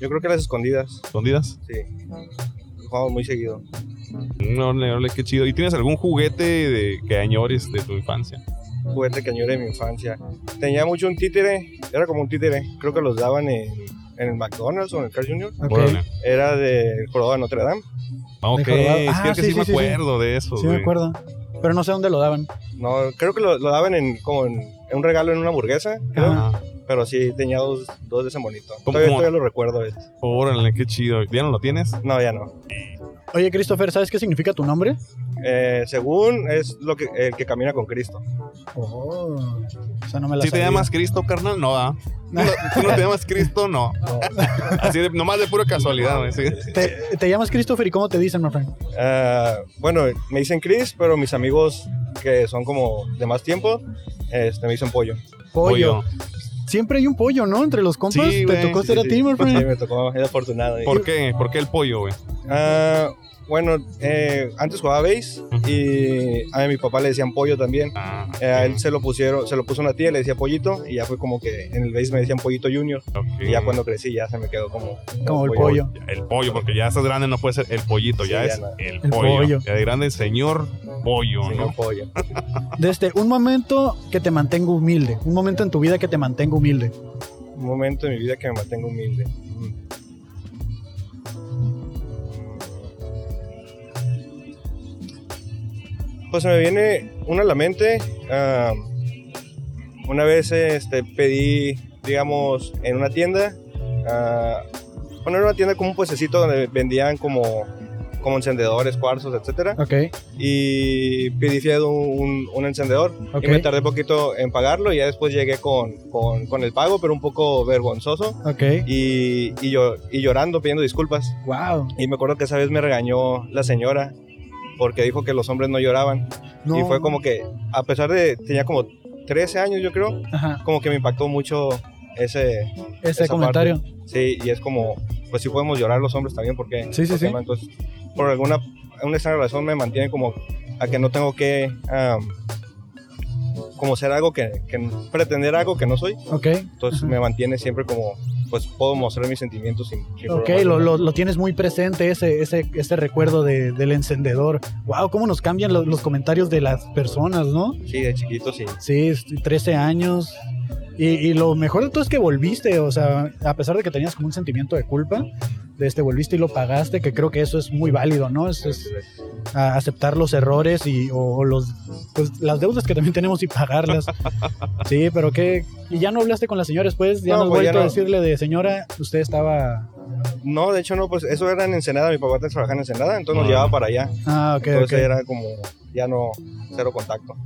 Speaker 4: Yo creo que las escondidas,
Speaker 3: ¿Escondidas?
Speaker 4: sí. Jugamos muy seguido.
Speaker 3: No, no, no, qué chido. ¿Y tienes algún juguete de, que añores de tu infancia?
Speaker 4: Juguete que añoré de mi infancia. Tenía mucho un títere, era como un títere, creo que los daban en, en el McDonald's o en el Carl Jr.
Speaker 1: Ok.
Speaker 3: Órale.
Speaker 4: Era del jorobado de Notre Dame.
Speaker 3: Ah, ok,
Speaker 1: De jorobado.
Speaker 3: es que,
Speaker 1: Ah,
Speaker 3: es que
Speaker 1: sí,
Speaker 3: sí, me
Speaker 1: sí, sí, sí.
Speaker 3: acuerdo de eso.
Speaker 1: Sí, me
Speaker 3: güey.
Speaker 1: acuerdo. Pero no sé dónde lo daban.
Speaker 4: No, creo que lo, lo daban en, como en, en un regalo en una hamburguesa, creo.
Speaker 1: Ajá.
Speaker 3: Ah,
Speaker 4: Pero sí, tenía dos, dos de ese monito.
Speaker 3: ¿Cómo-
Speaker 4: Todavía,
Speaker 3: cómo?
Speaker 4: todavía lo recuerdo. es-
Speaker 3: órale, qué chido. ¿Ya no lo tienes?
Speaker 4: No, ya no.
Speaker 1: Oye, Christopher, ¿sabes qué significa tu nombre?
Speaker 4: Eh, según es lo que, el que camina con Cristo.
Speaker 1: Oh, esa no me la
Speaker 3: Si te
Speaker 1: sabía.
Speaker 3: llamas Cristo, carnal,
Speaker 1: (laughs)
Speaker 3: no, ¿ah? No, tú no te llamas Cristo, no. Así de, nomás de pura casualidad, güey. sí.
Speaker 1: Te, te llamas Christopher y ¿cómo te dicen, my friend?
Speaker 4: Ah, bueno, me dicen Chris, pero mis amigos que son como de más tiempo, este, me dicen pollo.
Speaker 1: Pollo. Siempre hay un pollo, ¿no? Entre los compas.
Speaker 3: Sí,
Speaker 1: te
Speaker 3: güey,
Speaker 1: tocó
Speaker 4: Sí,
Speaker 1: ser a
Speaker 4: sí.
Speaker 1: Pues ti, my
Speaker 4: Sí,
Speaker 1: friend.
Speaker 4: me tocó, era afortunado.
Speaker 3: ¿Por qué? ¿Por qué el pollo, güey?
Speaker 4: Ah, bueno, eh, antes jugaba base y a mi papá le decían pollo también.
Speaker 3: Ah,
Speaker 4: Eh, A él se lo pusieron, se lo puso una tía, le decía pollito y ya fue como que en el base me decían pollito junior.
Speaker 3: ok.
Speaker 4: Y ya cuando crecí ya se me quedó como,
Speaker 1: Como el pollo.
Speaker 3: El pollo, porque ya estás grande, no puede ser el pollito,
Speaker 4: Sí,
Speaker 3: ya,
Speaker 4: ya
Speaker 3: es
Speaker 4: no.
Speaker 3: el,
Speaker 1: El
Speaker 3: pollo.
Speaker 1: pollo.
Speaker 3: Ya de grande, señor pollo,
Speaker 4: Sí,
Speaker 3: ¿no?
Speaker 4: pollo.
Speaker 1: Desde un momento que te mantengo humilde. Un momento en tu vida que te mantengo humilde.
Speaker 4: un momento de mi vida que me mantengo humilde. Mm. Pues se me viene una a la mente. ah, una vez este, pedí, digamos, en una tienda, ah, bueno, era una tienda como un puestecito donde vendían como, como encendedores, cuarzos, etcétera
Speaker 1: Ok,
Speaker 4: y pedí fiado un, un encendedor
Speaker 1: Ok.
Speaker 4: y me tardé poquito en pagarlo y ya después llegué con, con, con el pago pero un poco vergonzoso
Speaker 1: ok.
Speaker 4: y, y, yo, y llorando pidiendo disculpas
Speaker 1: Wow.
Speaker 4: y me acuerdo que esa vez me regañó la señora porque dijo que los hombres no lloraban
Speaker 1: No.
Speaker 4: y fue como que a pesar de tenía como 13 años yo creo
Speaker 1: Ajá,
Speaker 4: como que me impactó mucho ese
Speaker 1: ese
Speaker 4: esa
Speaker 1: comentario.
Speaker 4: sí y es como pues sí podemos llorar los hombres también porque
Speaker 1: Sí, sí,
Speaker 4: porque
Speaker 1: sí.
Speaker 4: no, entonces, por alguna una extraña razón me mantiene como a que no tengo que am, como ser algo que, que pretender algo que no soy
Speaker 1: Ok,
Speaker 4: entonces
Speaker 1: Ajá.
Speaker 4: me mantiene siempre como pues puedo mostrar mis sentimientos sin, sin
Speaker 1: ok,
Speaker 4: problema.
Speaker 1: lo, lo- lo tienes muy presente ese, ese, ese recuerdo de- del encendedor. Wow, cómo nos cambian lo- los comentarios de las personas, ¿no?
Speaker 4: sí de chiquito sí
Speaker 1: Sí, es- 13 años. Y, y lo mejor de todo es que volviste, o sea, a pesar de que tenías como un sentimiento de culpa, de este volviste y lo pagaste, que creo que eso es muy válido, ¿no? Es, es a- aceptar los errores y o, o los pues, las deudas que también tenemos y pagarlas. Sí, pero que y ya no hablaste con la señora después, ya no,
Speaker 4: No,
Speaker 1: has
Speaker 4: pues, ya
Speaker 1: vuelto a
Speaker 4: no.
Speaker 1: decirle de señora, usted estaba
Speaker 4: no de hecho no pues eso era en Ensenada mi papá trabajaba en Ensenada entonces nos
Speaker 3: Ah.
Speaker 4: llevaba para allá
Speaker 1: Ah, ok, ok.
Speaker 4: entonces era como ya no cero contacto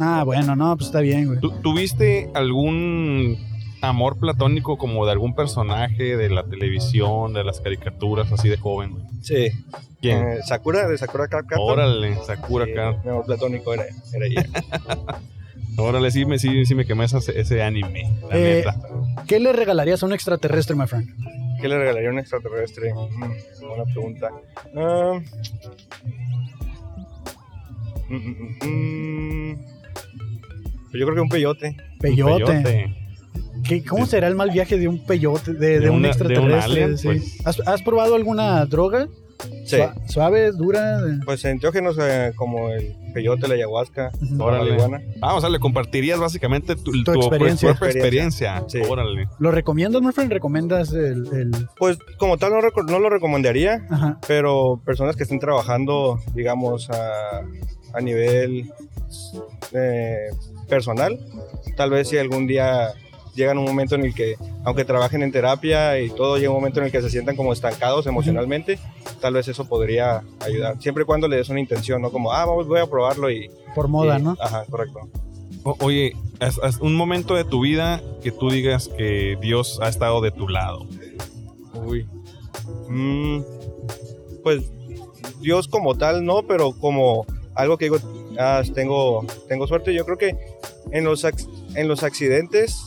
Speaker 1: Ah, bueno, no, pues está bien, güey.
Speaker 3: ¿Tú- ¿Tuviste algún amor platónico como de algún personaje de la televisión, de las caricaturas, así de joven, güey?
Speaker 4: sí
Speaker 3: ¿Quién?
Speaker 4: Eh, Sakura de Sakura Card Captor.
Speaker 3: Órale, Sakura
Speaker 4: Sí,
Speaker 3: Card.
Speaker 4: mi amor platónico era, era ella
Speaker 3: Órale, sí me, sí, sí me quemé esa- ese anime, la
Speaker 1: Eh,
Speaker 3: neta.
Speaker 1: ¿Qué le regalarías a un extraterrestre, my friend?
Speaker 4: ¿Qué le regalaría a un extraterrestre? Mm, buena pregunta. Ah, mm, mm, mm, mm. Pues yo creo que un peyote.
Speaker 1: Peyote.
Speaker 3: Peyote.
Speaker 1: ¿Qué- ¿Cómo
Speaker 3: Sí.
Speaker 1: será el mal viaje de un peyote, de, de
Speaker 3: De
Speaker 1: un
Speaker 3: una- de un
Speaker 1: extraterrestre?
Speaker 3: alien,
Speaker 1: sí.
Speaker 3: pues.
Speaker 1: ¿Has, has probado alguna droga?
Speaker 4: Sí.
Speaker 1: Sua- Suave, dura. de-
Speaker 4: Pues enteógenos eh, como el peyote, la ayahuasca, la
Speaker 3: Órale.
Speaker 4: marihuana.
Speaker 3: Ah, o sea, le compartirías básicamente tu, tu-
Speaker 1: experiencia.
Speaker 3: propia experiencia.
Speaker 4: Sí.
Speaker 3: Órale.
Speaker 1: ¿Lo recomiendas, my friend? ¿Recomiendas el, el-
Speaker 4: Pues como tal no, reco- no lo recomendaría,
Speaker 1: Ajá.
Speaker 4: pero personas que estén trabajando, digamos, a- a nivel eh, personal. Tal vez si algún día llegan un momento en el que, aunque trabajen en terapia y todo, llega un momento en el que se sientan como estancados emocionalmente, tal vez eso podría ayudar. Siempre y cuando le des una intención, ¿no? Como, ah, vamos, voy a probarlo y...
Speaker 1: Por moda,
Speaker 4: y-
Speaker 1: ¿no?
Speaker 4: Ajá, correcto.
Speaker 3: O- oye, haz- haz un momento de tu vida que tú digas que Dios ha estado de tu lado.
Speaker 4: Uy. Mm, pues Dios como tal no, pero como algo que digo, ah, tengo, tengo suerte. Yo creo que en los, ac- en los accidentes,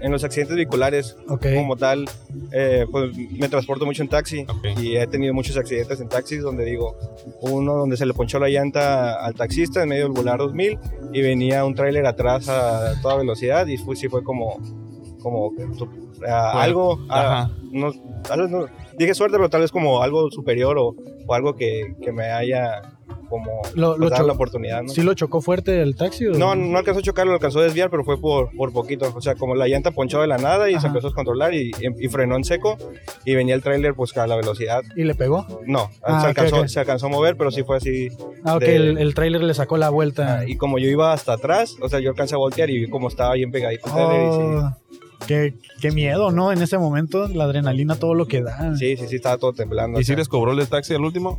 Speaker 4: en los accidentes vehiculares
Speaker 1: Ok.
Speaker 4: como tal, eh, pues me transporto mucho en taxi
Speaker 3: Ok.
Speaker 4: y he tenido muchos accidentes en taxis donde digo, uno donde se le ponchó la llanta al taxista en medio del Volar 2000 y venía un tráiler atrás a toda velocidad y fue, sí fue como, como que tu- ah,
Speaker 3: Fue-
Speaker 4: algo, ah,
Speaker 3: Ajá.
Speaker 4: no, tal vez no- dije suerte, pero tal vez como algo superior o, o algo que, que me haya como
Speaker 1: Lo- lo
Speaker 4: pues, dado
Speaker 1: cho-
Speaker 4: la oportunidad. ¿no?
Speaker 1: ¿Sí lo chocó fuerte el taxi? o-
Speaker 4: No, no alcanzó a chocarlo, alcanzó a desviar, pero fue por, por poquito. O sea, como la llanta ponchó de la nada y
Speaker 1: Ajá.
Speaker 4: se empezó a descontrolar y, y frenó en seco y venía el tráiler pues a la velocidad.
Speaker 1: ¿Y le pegó?
Speaker 4: No,
Speaker 1: Ah, ok,
Speaker 4: se, alcanzó,
Speaker 1: ok.
Speaker 4: se alcanzó a mover, pero sí fue así.
Speaker 1: Ah, ok,
Speaker 4: De- Ah,
Speaker 1: el, el tráiler le sacó la vuelta.
Speaker 4: Y como yo iba hasta atrás, o sea, yo alcancé a voltear y vi como estaba bien pegadito el tráiler y
Speaker 1: Oh, qué, qué miedo, ¿no? En ese momento, la adrenalina, todo lo que da.
Speaker 4: Sí, sí, sí, sí, estaba todo temblando. o
Speaker 3: ¿Y si
Speaker 4: sea.
Speaker 3: les cobró el taxi al último?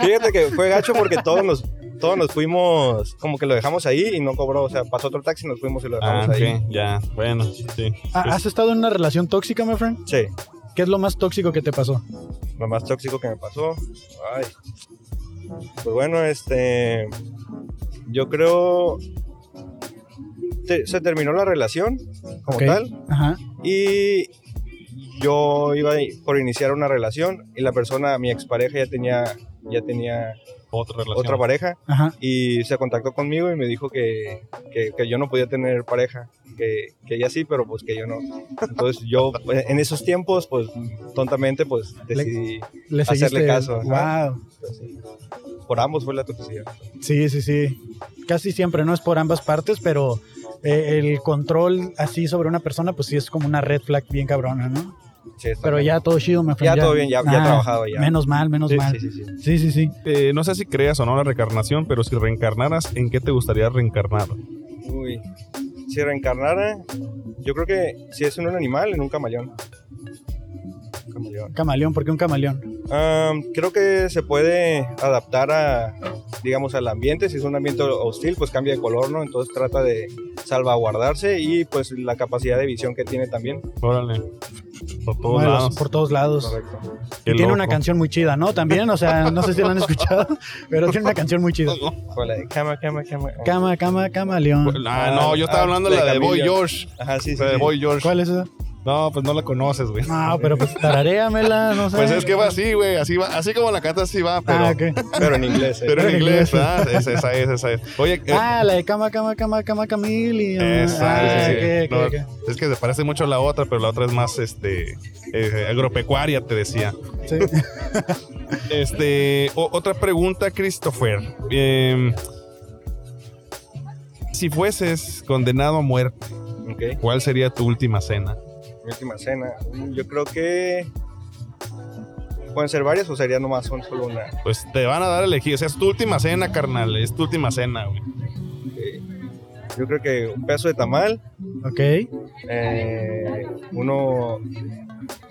Speaker 4: Fíjate que fue gacho porque todos nos, todos nos fuimos, como que lo dejamos ahí y no cobró. O sea, pasó otro taxi, nos fuimos y lo
Speaker 3: Ah,
Speaker 4: dejamos ahí.
Speaker 3: ok, ya. Bueno, sí.
Speaker 1: Ah,
Speaker 3: Pues-
Speaker 1: ¿Has estado en una relación tóxica, my friend?
Speaker 4: Sí,
Speaker 1: ¿Qué es lo más tóxico que te pasó?
Speaker 4: lo más tóxico que me pasó. Ay. Pues bueno, este. Yo creo. te- se terminó la relación como
Speaker 1: Ok.
Speaker 4: tal.
Speaker 1: Ajá.
Speaker 4: Y yo iba por iniciar una relación y la persona, mi expareja, ya tenía, ya tenía
Speaker 3: Otra relación.
Speaker 4: otra pareja
Speaker 1: Ajá.
Speaker 4: y se contactó conmigo y me dijo que, que- que yo no podía tener pareja, que, que ella sí, pero pues que yo no. Entonces yo pues, en esos tiempos, pues tontamente, pues decidí,
Speaker 1: Le
Speaker 4: Hacerle
Speaker 1: seguiste.
Speaker 4: caso, ajá.
Speaker 1: Wow.
Speaker 4: pues, sí. por ambos fue la toxicidad.
Speaker 1: Sí, sí, sí. Casi siempre, no es por ambas partes, pero eh, el control así sobre una persona, pues sí es como una red flag bien cabrona, ¿no?
Speaker 4: Sí, está
Speaker 1: Pero
Speaker 4: bien.
Speaker 1: ya todo chido, my friend.
Speaker 4: Ya todo bien, ya- ya trabajado, ya.
Speaker 1: Menos mal, menos
Speaker 4: Sí,
Speaker 1: mal.
Speaker 4: sí, sí, sí.
Speaker 1: Sí, sí, sí.
Speaker 3: Eh, no sé si creas o no la reencarnación, pero si reencarnaras, ¿en qué te gustaría reencarnar?
Speaker 4: Uy. Si reencarnara, yo creo que si es en un animal, en un camaleón. Un camaleón.
Speaker 1: Camaleón, ¿por qué un camaleón?
Speaker 4: Am, creo que se puede adaptar a, digamos, al ambiente. Si es un ambiente hostil, pues cambia de color, ¿no? Entonces trata de salvaguardarse y pues la capacidad de visión que tiene también.
Speaker 3: Órale. Por todos
Speaker 1: Bueno,
Speaker 3: lados.
Speaker 1: Por todos lados.
Speaker 4: Correcto.
Speaker 3: Qué
Speaker 1: Y tiene una
Speaker 3: loco.
Speaker 1: canción muy chida, ¿no? También, o sea, no sé si la han escuchado, (laughs) pero tiene una canción muy
Speaker 4: (laughs)
Speaker 1: chida.
Speaker 4: Con la de cama, cama, cama.
Speaker 1: Cama, cama, camaleón.
Speaker 3: Ah, no, yo estaba
Speaker 4: Ah,
Speaker 3: hablando de la
Speaker 4: de
Speaker 3: de Boy
Speaker 4: Camilo.
Speaker 3: George.
Speaker 4: Ajá, sí, sí.
Speaker 3: La de
Speaker 4: sí.
Speaker 3: Boy George.
Speaker 1: ¿Cuál es esa?
Speaker 3: No, pues no la conoces, güey.
Speaker 1: No, pero pues tararéamela, no sé.
Speaker 3: Pues es que va así, güey. Así va, así como la canta así va, pero,
Speaker 1: Ah, ok.
Speaker 4: Pero en inglés. eh.
Speaker 3: pero en
Speaker 1: Pero en
Speaker 3: inglés, ah, es- esa es, esa es. Oye, eh,
Speaker 1: Ah, la de cama, cama, cama, cama, camilion.
Speaker 3: Esa,
Speaker 1: ah,
Speaker 3: sí, sí, sí.
Speaker 1: ok, ok,
Speaker 3: No, es que se parece mucho a la otra, pero la otra es más este eh, agropecuaria, te decía.
Speaker 1: ok. Sí.
Speaker 3: Este, o- otra pregunta, Christopher. Em, si fueses condenado a muerte,
Speaker 4: Ok.
Speaker 3: ¿cuál sería tu última cena?
Speaker 4: Mi última cena. Yo creo que... ¿Pueden ser varias o sería nomás un- solo una?
Speaker 3: Pues te van a dar a elegir. O sea, es tu última cena, carnal. Es tu última cena, güey.
Speaker 4: Yo creo que un pedazo de tamal,
Speaker 1: Ok.
Speaker 4: eh, uno,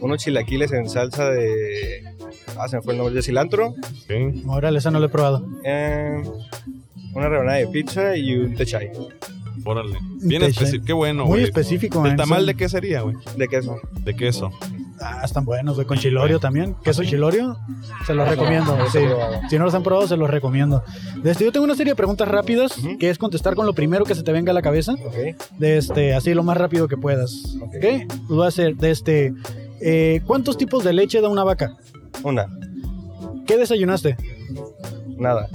Speaker 4: unos chilaquiles en salsa de... Ah, se me fue el nombre de cilantro.
Speaker 3: Ok.
Speaker 1: Órale, esa no la he probado.
Speaker 4: Eh, una rebanada de pizza y un techay
Speaker 3: Órale. Bien
Speaker 1: Te-
Speaker 3: específico. Qué bueno,
Speaker 1: Muy
Speaker 3: güey.
Speaker 1: específico,
Speaker 3: ¿El
Speaker 1: man,
Speaker 3: tamal
Speaker 1: sí.
Speaker 3: de qué sería, güey?
Speaker 4: de queso.
Speaker 3: De queso.
Speaker 1: Ah, están buenos, güey. Con chilorio también. Queso chilorio, se los recomiendo. sí. Si no los han probado, se los recomiendo. Desde, yo tengo una serie de preguntas rápidas,
Speaker 4: Ujú.
Speaker 1: que es contestar con lo primero que se te venga a la cabeza.
Speaker 4: Ok.
Speaker 1: De este, así lo más rápido que puedas.
Speaker 4: Ok.
Speaker 1: ¿Ok? Lo voy a hacer. De este, eh, ¿Cuántos tipos de leche da una vaca?
Speaker 4: Una,
Speaker 1: ¿Qué desayunaste?
Speaker 4: nada.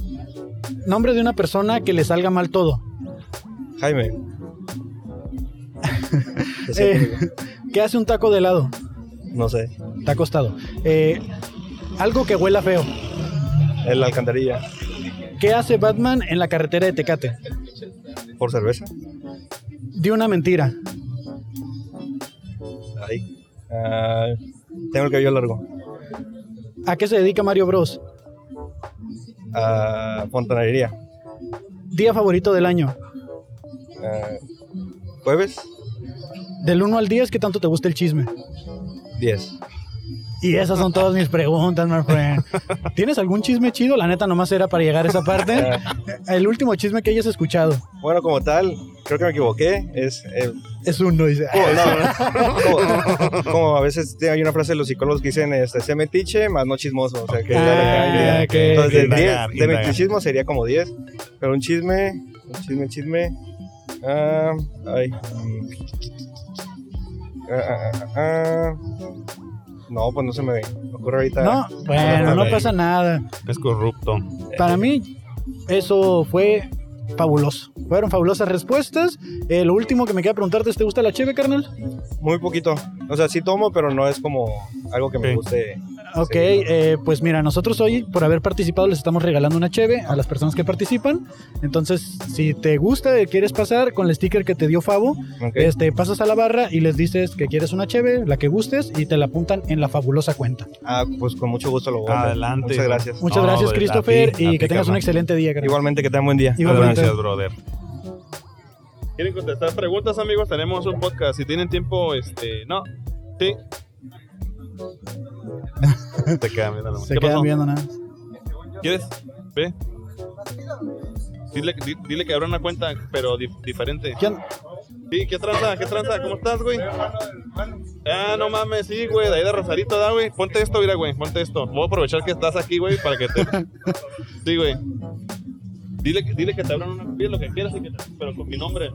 Speaker 1: Nombre de una persona que le salga mal todo.
Speaker 4: Jaime. Te sé,
Speaker 1: Eh. ¿Qué hace un taco de helado?
Speaker 4: No sé.
Speaker 1: Está acostado. Eh, algo que huela feo.
Speaker 4: En la alcantarilla.
Speaker 1: ¿Qué hace Batman en la carretera de Tecate?
Speaker 4: ¿Por cerveza?
Speaker 1: Di una mentira.
Speaker 4: Ahí. Ah, tengo el cabello largo.
Speaker 1: ¿A qué se dedica Mario Bros?
Speaker 4: a Ah, fontanería.
Speaker 1: Día favorito del año.
Speaker 4: Ah, jueves,
Speaker 1: Del 1 al 10, ¿qué tanto te gusta el chisme?
Speaker 4: 10.
Speaker 1: Y esas son todas mis preguntas, my friend. ¿Tienes algún chisme chido? La neta nomás era para llegar a esa parte.
Speaker 4: (laughs) Ah,
Speaker 1: El último chisme que hayas escuchado.
Speaker 4: bueno, como tal, creo que me equivoqué. Es, eh,
Speaker 1: Es uno, dice.
Speaker 4: como, no, no. Como- como Este, a veces te- hay una frase de los psicólogos que dicen, este, sé metiche, más no chismoso. O sea, que
Speaker 1: Ah, ok.
Speaker 4: Entonces, de, 10,
Speaker 3: Indagar,
Speaker 4: de
Speaker 3: indagar.
Speaker 4: metichismo sería como 10. Pero un chisme, un chisme, chisme. Ah, ay. mm. Ah, ah, ah, ah. No, pues no se me ocurre ahorita.
Speaker 1: No, bueno, no pasa nada.
Speaker 3: Es corrupto.
Speaker 1: Para mí, eso fue fabuloso. Fueron fabulosas respuestas. Eh, lo último que me queda preguntarte es, ¿te gusta la cheve, carnal?
Speaker 4: Muy poquito. O sea, sí tomo, pero no es como algo que me
Speaker 3: Ok.
Speaker 4: guste.
Speaker 1: Ok,
Speaker 4: Sí.
Speaker 1: eh, pues mira, nosotros hoy, por haber participado, les estamos regalando una cheve a las personas que participan. Entonces, si te gusta, eh, quieres pasar con el sticker que te dio Fabo,
Speaker 4: Ok.
Speaker 1: este, pasas a la barra y les dices que quieres una cheve, la que gustes, y te la apuntan en la fabulosa cuenta.
Speaker 4: Ah, pues con mucho gusto lo voy a hacer.
Speaker 3: Adelante.
Speaker 4: Muchas
Speaker 1: Muchas
Speaker 4: gracias.
Speaker 3: No, pues,
Speaker 1: gracias,
Speaker 3: brother, a
Speaker 1: Christopher,
Speaker 3: ti, a
Speaker 1: y
Speaker 3: ti,
Speaker 1: que tengas un
Speaker 3: carnal.
Speaker 1: excelente día, carnal.
Speaker 4: Igualmente, que tengan buen día.
Speaker 1: Igualmente.
Speaker 3: Gracias, brother. ¿Quieren contestar preguntas, amigos? Tenemos un podcast. Si tienen tiempo, este. No. Sí. Te quedan viendo nomás.
Speaker 1: Se
Speaker 3: ¿Qué
Speaker 1: quedan
Speaker 3: pasó?
Speaker 1: viendo nada.
Speaker 3: ¿Quieres? Ve. Dile, di- dile que abra una cuenta, pero di- diferente.
Speaker 1: ¿Qué on-
Speaker 3: Sí, ¿qué tranza? ¿Qué tranza? ¿Cómo estás, güey? Ah, no mames, sí, güey, de ahí de Rosarito, da, güey. Ponte esto, mira, güey, ponte esto. Voy a aprovechar que estás aquí, güey, para que
Speaker 1: (laughs)
Speaker 3: te... Sí, güey. Dile, que- dile que te abran una... Pide lo que quieras, y que te- pero con mi nombre.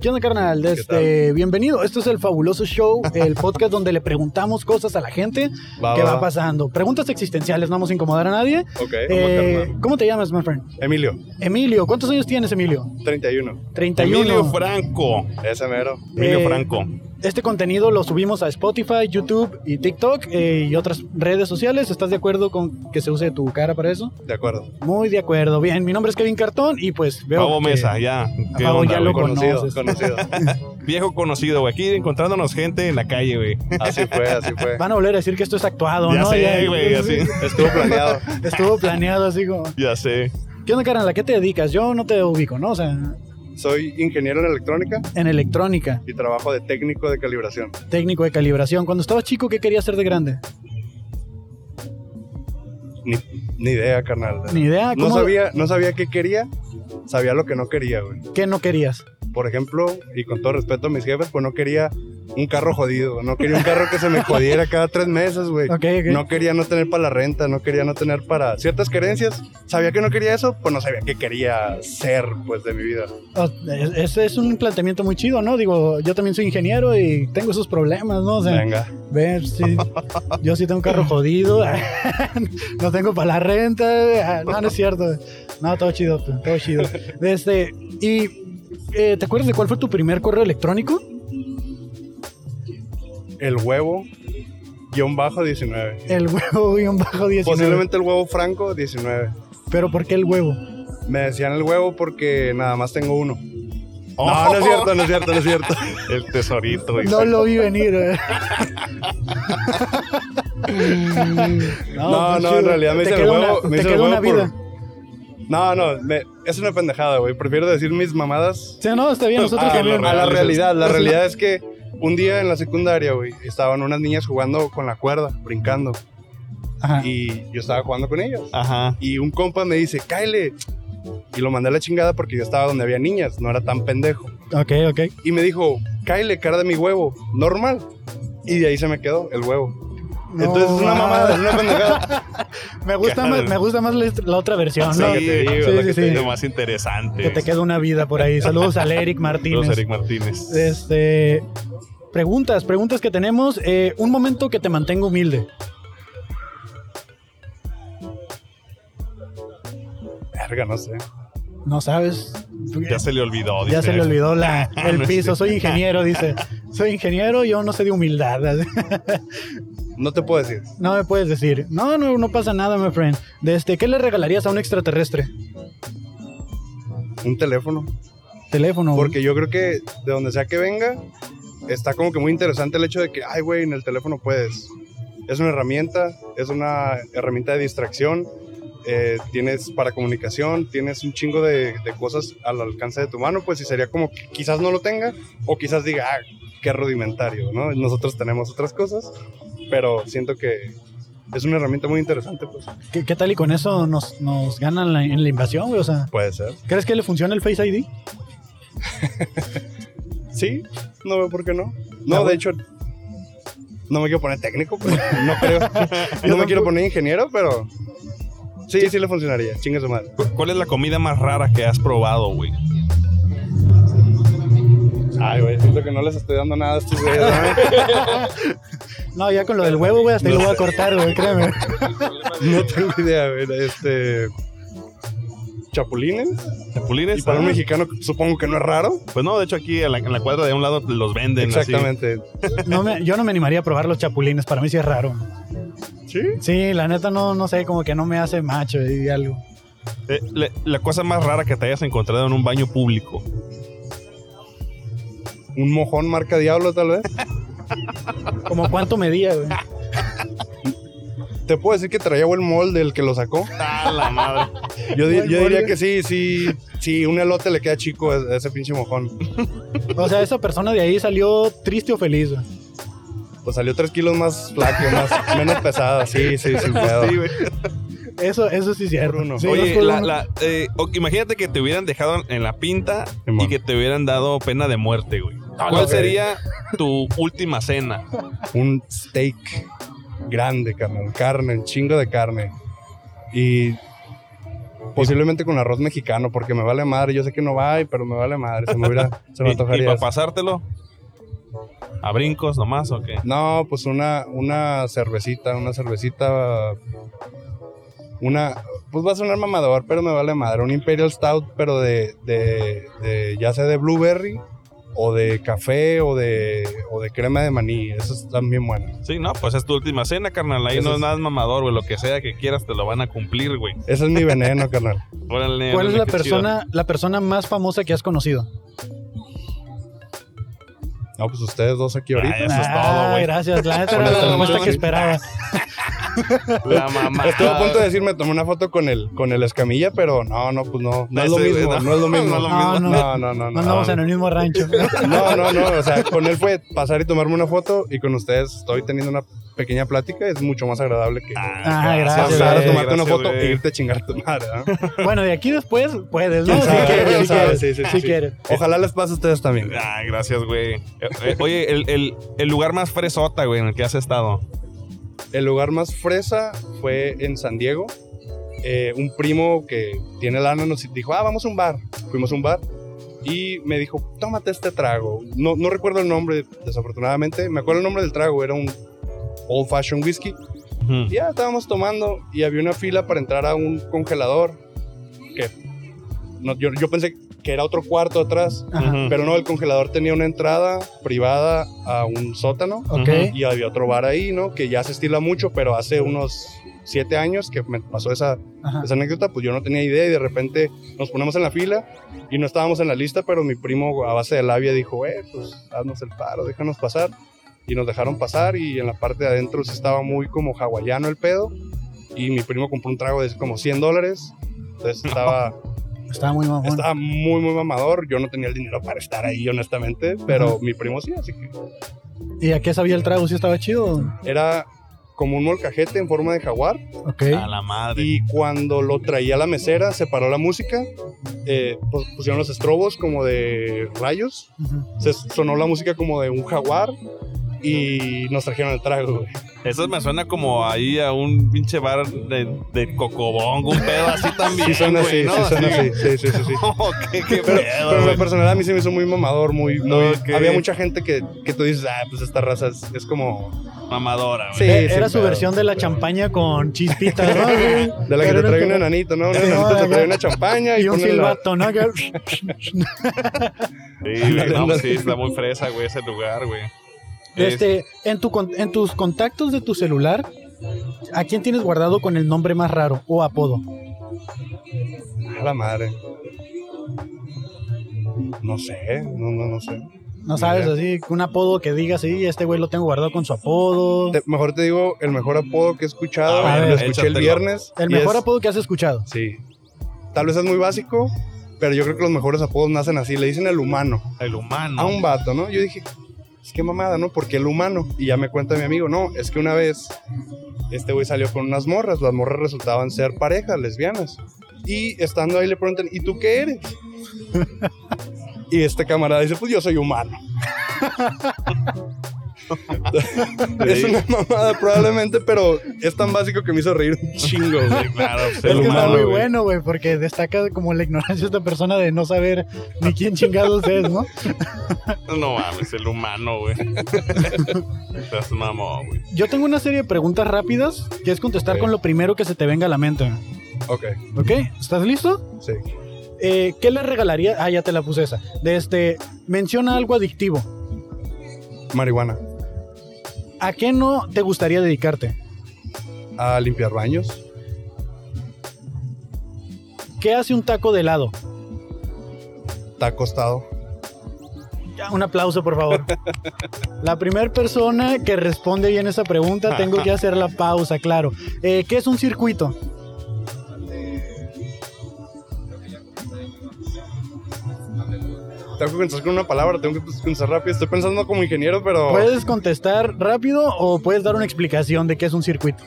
Speaker 1: ¿Qué onda, carnal? Este, bienvenido. Esto es el fabuloso show, el podcast donde le preguntamos cosas a la gente
Speaker 4: Va,
Speaker 1: que
Speaker 4: va,
Speaker 1: va
Speaker 4: va.
Speaker 1: pasando. Preguntas existenciales, no vamos a incomodar a nadie.
Speaker 4: Ok.
Speaker 1: Eh, ¿Cómo te llamas, my friend?
Speaker 4: Emilio,
Speaker 1: Emilio. ¿Cuántos años tienes, Emilio?
Speaker 4: 31.
Speaker 1: 31.
Speaker 3: Franco.
Speaker 4: Ese mero.
Speaker 1: Eh, Este contenido lo subimos a Spotify, YouTube y TikTok eh, y otras redes sociales. ¿Estás de acuerdo con que se use tu cara para eso?
Speaker 4: De acuerdo.
Speaker 1: Muy de acuerdo. Bien, mi nombre es Kevin Cartón y pues veo.
Speaker 3: Pavo
Speaker 1: que-
Speaker 3: Mesa, ya. ¿Qué
Speaker 1: Pavo
Speaker 3: onda,
Speaker 1: ya lo
Speaker 3: güey?
Speaker 4: Conocido,
Speaker 1: conoces. (laughs)
Speaker 4: conocido.
Speaker 3: Viejo conocido, güey. Aquí encontrándonos gente en la calle, güey.
Speaker 4: Así fue, así fue.
Speaker 1: Van a volver a decir que esto es actuado,
Speaker 3: Ya
Speaker 1: ¿no?
Speaker 3: sé, güey, así.
Speaker 4: Estuvo planeado.
Speaker 1: Estuvo planeado así como.
Speaker 3: Ya sé.
Speaker 1: ¿Qué onda, carnal? ¿A qué te dedicas? Yo no te ubico, ¿no? O sea,
Speaker 6: Soy ingeniero en electrónica
Speaker 1: en electrónica,
Speaker 6: y trabajo de técnico de calibración.
Speaker 1: técnico de calibración. Cuando estabas chico, ¿qué querías ser de grande?
Speaker 6: Ni, ni idea, carnal.
Speaker 1: Ni idea. ¿Cómo,
Speaker 6: No sabía, no sabía qué quería, sabía lo que no quería, güey.
Speaker 1: ¿Qué no querías?
Speaker 6: Por ejemplo, y con todo respeto a mis jefes, pues no quería un carro jodido, no quería un carro que se
Speaker 1: (laughs)
Speaker 6: me jodiera cada tres meses, güey.
Speaker 1: Ok, ok.
Speaker 6: Eh, No quería no tener para la renta, no quería no tener para ciertas creencias. Sabía que no quería eso, pues no sabía qué quería ser, pues, de mi vida.
Speaker 1: Oh, es- Ese es un planteamiento muy chido, ¿no? Digo, yo también soy ingeniero y tengo esos problemas, ¿no? O sea,
Speaker 6: Venga. (laughs)
Speaker 1: ver si yo sí tengo un carro jodido, (laughs) no tengo para la renta, Ah, no, no es cierto. No, todo chido, todo chido. Este, y eh, ¿te acuerdas de cuál fue tu primer correo electrónico?
Speaker 6: El huevo, guión bajo 19.
Speaker 1: El huevo (laughs) guión bajo 19.
Speaker 6: Posiblemente el huevo franco 19.
Speaker 1: Pero ¿por qué el huevo?
Speaker 6: Me decían el huevo porque nada más tengo uno. No, no es cierto, no es cierto, no es
Speaker 1: (laughs)
Speaker 6: cierto.
Speaker 3: El tesorito, güey.
Speaker 1: No lo
Speaker 6: (laughs)
Speaker 1: vi venir. eh.
Speaker 6: No, no,
Speaker 1: pues, chido.
Speaker 6: en realidad me
Speaker 1: Te
Speaker 6: dicen el
Speaker 1: queda
Speaker 6: huevo.
Speaker 1: una-
Speaker 6: me dicen
Speaker 1: te
Speaker 6: el
Speaker 1: queda una
Speaker 6: huevo por-
Speaker 1: vida.
Speaker 6: No, no, me- es una pendejada, güey. Prefiero decir mis mamadas
Speaker 1: Sí, no, está bien, nosotros
Speaker 6: a,
Speaker 1: también.
Speaker 6: a la
Speaker 3: reales.
Speaker 6: realidad. La realidad es que un día en la secundaria, güey, estaban unas niñas jugando con la cuerda, brincando.
Speaker 1: Ajá.
Speaker 6: Y yo estaba jugando con ellas.
Speaker 3: Ajá.
Speaker 6: Y un compa me dice, cáele. Y lo mandé a la chingada porque yo estaba donde había niñas, no era tan pendejo.
Speaker 1: Ok, ok.
Speaker 6: Y me dijo, cáele, cara de mi huevo, normal. Y de ahí se me quedó el huevo.
Speaker 1: No,
Speaker 6: Entonces es una
Speaker 1: no.
Speaker 6: mamada, es una pendejada.
Speaker 1: Me gusta más, me gusta más la, la otra versión,
Speaker 3: Sí,
Speaker 1: ¿no?
Speaker 3: que te digo,
Speaker 1: Sí,
Speaker 3: lo
Speaker 1: sí,
Speaker 3: que te
Speaker 1: sí.
Speaker 3: digo, más interesante.
Speaker 1: Que te queda una vida por ahí. Saludos al Eric Martínez.
Speaker 3: Saludos, Eric Martínez.
Speaker 1: Este. Preguntas, preguntas que tenemos. Eh, un momento que te mantengo humilde.
Speaker 6: Verga, no sé.
Speaker 1: No sabes.
Speaker 3: Ya se le olvidó.
Speaker 1: Ya
Speaker 3: dice.
Speaker 1: se le
Speaker 6: (laughs)
Speaker 1: olvidó la,
Speaker 6: Ah,
Speaker 1: el
Speaker 3: No es
Speaker 1: piso. Soy ingeniero, dice. Soy ingeniero, yo no sé de humildad.
Speaker 6: No te puedo decir.
Speaker 1: No me puedes decir. No, no, no pasa nada, my friend. De este, ¿Qué le regalarías a un extraterrestre?
Speaker 6: Un teléfono.
Speaker 1: Teléfono.
Speaker 6: Porque yo creo que de donde sea que venga, está como que muy interesante el hecho de que, ay, güey, en el teléfono puedes. Es una herramienta, es una herramienta de distracción,
Speaker 4: eh, tienes para comunicación, tienes un chingo de, de cosas al alcance de tu mano, pues y sería como que quizás no lo tenga o quizás diga, ah, qué rudimentario, ¿no? Nosotros tenemos otras cosas, pero siento que es una herramienta muy interesante, pues.
Speaker 1: ¿Qué, qué tal y con eso nos, nos ganan la- en la invasión, güey? O sea,
Speaker 4: Puede ser.
Speaker 1: ¿crees que le funciona el Face ID?
Speaker 4: Sí, no veo por qué no.
Speaker 1: Ah,
Speaker 4: No,
Speaker 1: bueno.
Speaker 4: de hecho, no me quiero poner técnico, (laughs) pues, no creo. No me quiero poner ingeniero, pero sí, sí le funcionaría. Chingue su madre.
Speaker 3: ¿Cu- ¿Cuál es la comida más rara que has probado, güey?
Speaker 4: Ay, güey, siento que no les estoy dando nada a estos (laughs) güeyes, ¿no?
Speaker 1: No, ya con lo del huevo, güey, hasta ahí lo voy a cortar, güey, créeme.
Speaker 4: No tengo idea, güey. Este. Chapulines.
Speaker 3: ¿Chapulines?
Speaker 4: Y para un
Speaker 3: Ah,
Speaker 4: mexicano, supongo que no es raro.
Speaker 3: Pues no, de hecho aquí en la, en la cuadra de un lado los venden. así.
Speaker 4: Exactamente.
Speaker 1: No me- yo no me animaría a probar los chapulines, para mí sí es raro.
Speaker 4: ¿Sí?
Speaker 1: Sí, la neta no, no sé, como que no me hace macho y algo.
Speaker 3: Eh, le- la cosa más rara que te hayas encontrado en un baño público.
Speaker 4: Un mojón marca Diablo, tal vez.
Speaker 1: Como cuánto medía, güey.
Speaker 4: Te puedo decir que traía buen molde el que lo sacó.
Speaker 3: ¡Ah, la madre!
Speaker 4: Yo, di-
Speaker 1: Buen
Speaker 4: yo diría
Speaker 1: molde.
Speaker 4: que sí, sí, sí, un elote le queda chico a a ese pinche mojón.
Speaker 1: O sea, esa persona de ahí salió triste o feliz, güey.
Speaker 4: Pues salió tres kilos más flaco, más, (laughs) menos pesada, sí, sí, sin pedo.
Speaker 3: Pues Sí, güey.
Speaker 1: Eso, eso sí es cierto.
Speaker 4: Bruno.
Speaker 1: Sí, dos
Speaker 3: Oye,
Speaker 1: por
Speaker 3: la,
Speaker 1: uno.
Speaker 3: la- eh, o- imagínate que te hubieran dejado en la pinta
Speaker 4: Simón.
Speaker 3: y que te hubieran dado pena de muerte, güey. ¿Cuál
Speaker 4: güey.
Speaker 3: sería tu última cena?
Speaker 4: Un steak grande, carnal, carne, un chingo de carne. Y posiblemente con arroz mexicano, porque me vale madre. Yo sé que no va, pero me vale madre. Se me, hubiera, se me
Speaker 3: (laughs) ¿Y,
Speaker 4: antojaría.
Speaker 3: para
Speaker 4: eso.
Speaker 3: pasártelo? ¿A brincos nomás o qué?
Speaker 4: No, pues una, una cervecita, una cervecita. Una. Pues va a sonar mamador, pero me vale madre. Un Imperial Stout, pero de. de, de ya sea de blueberry, o de café, o de, o de crema de maní. Eso es también bueno.
Speaker 3: Sí, no, pues es tu última cena, carnal. Ahí
Speaker 4: Eso
Speaker 3: no es
Speaker 4: es-
Speaker 3: nada mamador, güey. Lo que sea que quieras te lo van a cumplir, güey.
Speaker 4: Ese es mi (laughs) veneno, carnal.
Speaker 3: Órale,
Speaker 1: ¿Cuál es
Speaker 3: órale,
Speaker 1: la
Speaker 3: qué chido.
Speaker 1: persona, la persona más famosa que has conocido?
Speaker 4: No, pues ustedes dos aquí
Speaker 3: Ah,
Speaker 4: ahorita.
Speaker 3: Eso es
Speaker 1: Ah,
Speaker 3: todo, güey.
Speaker 1: Gracias, la neta era
Speaker 3: Con eso
Speaker 1: la
Speaker 3: nos
Speaker 1: respuesta
Speaker 3: vamos.
Speaker 1: que esperaba.
Speaker 3: La mamá.
Speaker 4: Estuve a punto de decir, me tomé una foto con el, con el escamilla, pero no, no, pues no. No es lo
Speaker 3: Ese,
Speaker 4: mismo,
Speaker 3: güey,
Speaker 4: (laughs) no es lo mismo.
Speaker 1: No,
Speaker 3: No,
Speaker 1: no,
Speaker 4: No, no, no.
Speaker 1: No andamos
Speaker 4: no.
Speaker 1: en el mismo rancho.
Speaker 4: No, no, no. O sea, con él fue pasar y tomarme una foto y con ustedes estoy teniendo una pequeña plática. Es mucho más agradable que
Speaker 1: (laughs) Ah, gracias,
Speaker 4: pasar a
Speaker 1: güey.
Speaker 4: tomarte una foto e
Speaker 3: güey.
Speaker 4: irte a chingar a tu madre. ¿no?
Speaker 1: Bueno, de aquí después puedes, ¿no?
Speaker 4: ¿Quién
Speaker 1: Si
Speaker 4: sabe?
Speaker 1: quieres,
Speaker 4: ¿Quién
Speaker 1: si
Speaker 4: sabe?
Speaker 1: quieres.
Speaker 4: Sí, sí,
Speaker 1: si
Speaker 4: sí.
Speaker 1: quieres.
Speaker 4: Ojalá les pase a ustedes también.
Speaker 3: Ah, gracias, güey. Eh,
Speaker 4: (laughs)
Speaker 3: eh, Oye, el, el- el lugar más fresota, güey, en el que has estado.
Speaker 4: El lugar más fresa fue en San Diego. Eh, un primo que tiene lana nos dijo, ah, vamos a un bar. Fuimos a un bar y me dijo, tómate este trago. No, no recuerdo el nombre, desafortunadamente. Me acuerdo el nombre del trago, era un Old Fashioned Whiskey. Y ya estábamos tomando y había una fila para entrar a un congelador que no, yo, yo pensé que era otro cuarto atrás,
Speaker 1: Ajá.
Speaker 3: Ujú.
Speaker 4: pero no, el congelador tenía una entrada privada a un sótano
Speaker 1: Ok.
Speaker 3: Ujú.
Speaker 4: y había otro bar ahí, ¿no? Que ya se estila mucho, pero hace unos siete años que me pasó esa,
Speaker 1: Ajá.
Speaker 4: esa anécdota, pues yo no tenía idea y de repente nos ponemos en la fila y no estábamos en la lista, pero mi primo a base de labia dijo, eh, pues haznos el paro, déjanos pasar. Y nos dejaron pasar y en la parte de adentro sí estaba muy como hawaiano el pedo y mi primo compró un trago de como 100 dólares. Entonces estaba,
Speaker 1: Estaba muy mamón.
Speaker 4: estaba muy, muy mamador. Yo no tenía el dinero para estar ahí, honestamente, pero mi primo sí, así que
Speaker 1: ¿Y a qué sabía el trago? ¿Sí estaba chido?
Speaker 4: era como un molcajete en forma de jaguar.
Speaker 1: Ok.
Speaker 3: A la madre.
Speaker 4: eh, Y cuando lo traía a la mesera, se paró la música, eh, pu- pusieron los estrobos como de rayos,
Speaker 1: Ujú.
Speaker 4: se sonó la música como de un jaguar y nos trajeron el trago. güey.
Speaker 3: Eso me suena como ahí a un pinche bar de, de cocobongo, un pedo así también.
Speaker 4: Sí, son así,
Speaker 3: güey, ¿no?
Speaker 4: sí, son así. Sí, sí,
Speaker 3: (laughs)
Speaker 4: sí, sí.
Speaker 3: Como que- qué
Speaker 4: Pero,
Speaker 3: pedo,
Speaker 4: pero
Speaker 3: güey.
Speaker 4: la personalidad a mí se me hizo muy mamador, muy... muy-
Speaker 3: Ok.
Speaker 4: Había mucha gente que, que tú dices, ah, pues esta raza es, es como...
Speaker 3: Mamadora, güey.
Speaker 4: Sí,
Speaker 1: Eh,
Speaker 4: sí,
Speaker 1: Era su
Speaker 4: pero-
Speaker 1: versión de la
Speaker 4: pero-
Speaker 1: champaña con
Speaker 4: (laughs)
Speaker 1: chispitas, ¿no?
Speaker 4: De la que
Speaker 1: Pero
Speaker 4: te
Speaker 1: era
Speaker 4: trae un
Speaker 1: como-
Speaker 4: enanito, ¿no? Un
Speaker 1: Sí,
Speaker 4: enanito
Speaker 1: no,
Speaker 4: (laughs) te trae
Speaker 1: no.
Speaker 4: una champaña y,
Speaker 1: Y un
Speaker 4: ponen la-
Speaker 1: silbato, ¿no? Que-
Speaker 4: (laughs)
Speaker 3: Sí, güey, no, pues sí, está muy fresa, güey, ese lugar, güey.
Speaker 1: Este, en, tu, con- en tus contactos de tu celular, ¿a quién tienes guardado con el nombre más raro o apodo?
Speaker 4: A la madre. No sé, no, no, no sé.
Speaker 1: No sabes,
Speaker 4: Mira.
Speaker 1: así, un apodo que diga, sí, este güey lo tengo guardado con su apodo.
Speaker 4: Te- mejor te digo el mejor apodo que he escuchado.
Speaker 1: A ver,
Speaker 4: lo escuché el
Speaker 3: échatelo.
Speaker 4: viernes.
Speaker 1: El
Speaker 4: y
Speaker 1: mejor
Speaker 4: es-
Speaker 1: apodo que has escuchado.
Speaker 4: Sí. Tal vez es muy básico, pero yo creo que los mejores apodos nacen así. Le dicen el humano
Speaker 3: El humano.
Speaker 4: a un vato, ¿no? Yo dije, es que mamada, ¿no? Porque el humano. Y ya me cuenta mi amigo, no, es que una vez este güey salió con unas morras. Las morras resultaban ser parejas lesbianas. Y estando ahí le preguntan, ¿y tú qué eres? y este camarada dice, pues yo soy humano. es una mamada probablemente, pero es tan básico que me hizo reír un chingo, güey.
Speaker 3: Sí, claro, pues,
Speaker 1: Es
Speaker 3: el
Speaker 1: que está
Speaker 3: humano.
Speaker 1: muy
Speaker 3: güey.
Speaker 1: bueno, güey, porque destaca como la ignorancia de esta persona de no saber ni quién chingados es, ¿no?
Speaker 3: No mames, el humano, güey. Estás mamón, güey.
Speaker 1: Yo tengo una serie de preguntas rápidas que es contestar
Speaker 4: Ok.
Speaker 1: con lo primero que se te venga a la mente.
Speaker 4: Ok,
Speaker 1: ¿Ok? ¿Estás listo?
Speaker 4: sí.
Speaker 1: Eh, ¿Qué le regalaría? Ah, ya te la puse esa. De este, menciona algo adictivo.
Speaker 4: Marihuana.
Speaker 1: ¿A qué no te gustaría dedicarte?
Speaker 4: A limpiar baños.
Speaker 1: ¿Qué hace un taco de helado?
Speaker 4: Está acostado.
Speaker 1: Ya, Un aplauso, por favor. La primera persona que responde bien esa pregunta, tengo que hacer la pausa, claro. Eh, ¿Qué es un circuito?
Speaker 4: Tengo que pensar con una palabra, tengo que pensar rápido. Estoy pensando como ingeniero, pero.
Speaker 1: ¿Puedes contestar rápido o puedes dar una explicación de qué es un circuito?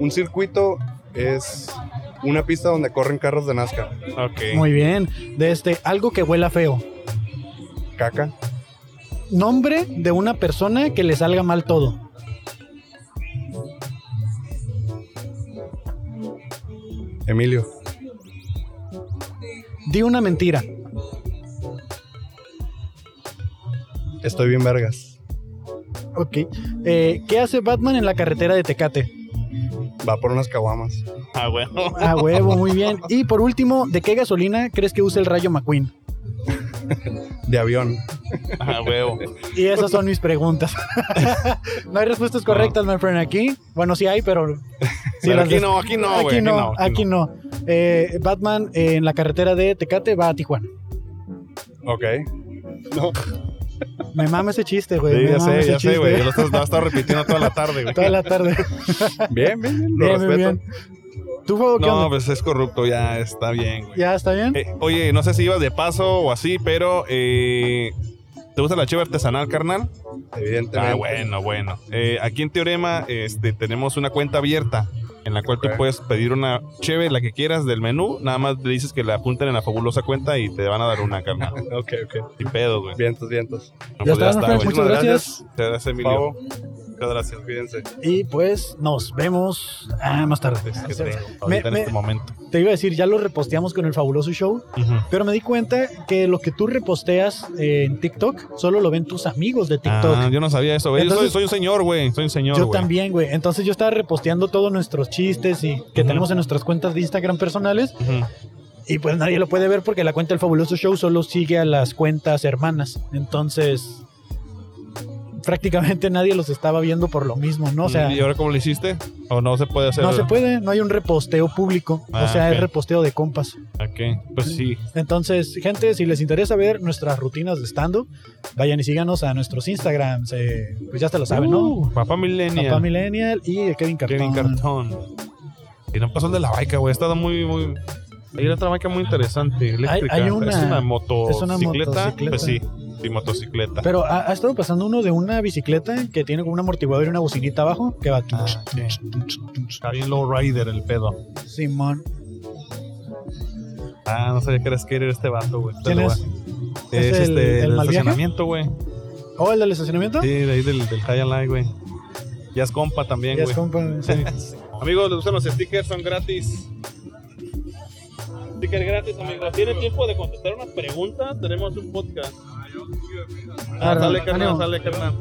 Speaker 4: Un circuito es una pista donde corren carros de Nazca.
Speaker 3: Ok.
Speaker 1: Muy bien. De este, algo que huela feo.
Speaker 4: Caca.
Speaker 1: Nombre de una persona que le salga mal todo.
Speaker 4: Emilio.
Speaker 1: Di una mentira.
Speaker 4: Estoy bien, vergas.
Speaker 1: Ok. Eh, ¿Qué hace Batman en la carretera de Tecate?
Speaker 4: Va por unas caguamas.
Speaker 3: Ah, bueno.
Speaker 1: A huevo, muy bien. Y por último, ¿de qué gasolina crees que usa el rayo McQueen?
Speaker 4: De avión.
Speaker 3: Ah, huevo.
Speaker 1: Y esas son mis preguntas. (laughs) no hay respuestas correctas, my friend, aquí. Bueno, sí hay, pero... sí
Speaker 3: Pero
Speaker 1: las
Speaker 3: aquí
Speaker 1: des-
Speaker 3: no, aquí no, güey.
Speaker 1: Aquí no, aquí no. Eh, Batman eh, en la carretera de Tecate va a Tijuana.
Speaker 4: Ok.
Speaker 1: Me mama ese chiste, güey.
Speaker 3: Sí,
Speaker 1: me
Speaker 3: ya
Speaker 1: mama
Speaker 3: sé,
Speaker 1: Pues ese
Speaker 3: ya sé,
Speaker 1: chiste.
Speaker 3: güey. Yo Lo estás- lo he estado repitiendo toda la tarde,
Speaker 1: (laughs)
Speaker 3: güey.
Speaker 1: Toda la
Speaker 3: (laughs)
Speaker 1: tarde.
Speaker 4: Bien, bien, bien. Lo
Speaker 1: bien, bien,
Speaker 4: respeto.
Speaker 1: bien. ¿Tú, Fabo, qué
Speaker 3: No,
Speaker 1: onda?
Speaker 3: pues es corrupto, ya está bien, güey.
Speaker 1: ¿Ya está bien?
Speaker 3: Eh, oye, no sé si ibas de paso o así, pero eh, ¿te gusta la chiva artesanal, carnal?
Speaker 4: Evidentemente.
Speaker 3: Ah, bueno, bueno. Eh, aquí en Teorema este, tenemos una cuenta abierta en la cual
Speaker 4: Ok.
Speaker 3: tú puedes pedir una cheve, la que quieras del menú. Nada más le dices que la apunten en la fabulosa cuenta y te van a dar
Speaker 4: (laughs)
Speaker 3: una, carnal.
Speaker 4: Ok, ok.
Speaker 3: Sin pedo, güey.
Speaker 4: Vientos, vientos.
Speaker 1: Ya
Speaker 3: No, pues
Speaker 1: está,
Speaker 3: ya está,
Speaker 1: Rafael,
Speaker 3: güey.
Speaker 1: muchas
Speaker 4: Muchísimas
Speaker 1: gracias.
Speaker 3: Muchas gracias, Emilio.
Speaker 4: Pavo,
Speaker 3: Muchas gracias.
Speaker 4: cuídense.
Speaker 1: Y pues nos vemos ah, más tarde.
Speaker 3: Es que tengo
Speaker 1: Me-
Speaker 3: ahorita en
Speaker 1: me-
Speaker 3: este momento.
Speaker 1: Te iba a decir, ya lo reposteamos con el fabuloso show,
Speaker 3: Ujú.
Speaker 1: pero me di cuenta que lo que tú reposteas eh, en TikTok solo lo ven tus amigos de TikTok.
Speaker 3: Ah, yo no sabía eso, güey. Yo soy,
Speaker 1: Entonces-
Speaker 3: soy un señor, güey. Soy un señor,
Speaker 1: Yo
Speaker 3: güey.
Speaker 1: también, güey. Entonces yo estaba reposteando todos nuestros chistes y que
Speaker 3: Ujú.
Speaker 1: tenemos en nuestras cuentas de Instagram personales
Speaker 3: Ujú.
Speaker 1: y pues nadie lo puede ver porque la cuenta del fabuloso show solo sigue a las cuentas hermanas. Entonces prácticamente nadie los estaba viendo por lo mismo, ¿no? O sea,
Speaker 3: ¿Y ahora cómo lo hiciste? ¿O no se puede hacer?
Speaker 1: no se puede, no hay un reposteo público,
Speaker 3: Ah,
Speaker 1: o sea,
Speaker 3: ok.
Speaker 1: es reposteo de compas.
Speaker 3: Ok, Pues sí.
Speaker 1: Entonces, gente, si les interesa ver nuestras rutinas de stand-up, vayan y síganos a nuestros Instagrams, eh, pues ya se lo saben, ¿no?
Speaker 3: Uh, Papá Millennial.
Speaker 1: Papá Millennial y de Kevin Cartón.
Speaker 3: Kevin Cartón. Y no pasó el de la baica, güey. Ha estado muy, muy. Hay otra baica muy interesante. Eléctrica.
Speaker 1: hay una-
Speaker 3: es una motocicleta.
Speaker 1: motocicleta.
Speaker 3: Pues sí, sí, motocicleta.
Speaker 1: Pero ha, ha estado pasando uno de una bicicleta que tiene como un amortiguador y una bocinita abajo que va.
Speaker 3: Ah, Está bien low rider el pedo.
Speaker 1: Simón.
Speaker 3: Ah, no sabía que era skater este vato, güey.
Speaker 1: ¿Quién
Speaker 3: Este
Speaker 1: es?
Speaker 3: lugar.
Speaker 1: ¿Es
Speaker 3: Es,
Speaker 1: el-
Speaker 3: este,
Speaker 1: el
Speaker 3: el,
Speaker 1: mal viaje?
Speaker 3: estacionamiento, güey.
Speaker 1: ¿Oh, el del estacionamiento?
Speaker 3: Sí, de ahí del, del High Alive, güey. Ya es compa también,
Speaker 1: Ya es
Speaker 3: güey.
Speaker 1: compa,
Speaker 3: (laughs)
Speaker 1: sí.
Speaker 3: Amigos, les gustan los stickers, son gratis.
Speaker 7: Sticker gratis, amigos. ¿Tienen tiempo de contestar una pregunta? Tenemos un podcast.
Speaker 1: Ah,
Speaker 7: sale,
Speaker 1: no,
Speaker 7: carnal,
Speaker 1: ánimo.
Speaker 7: sale, carnal.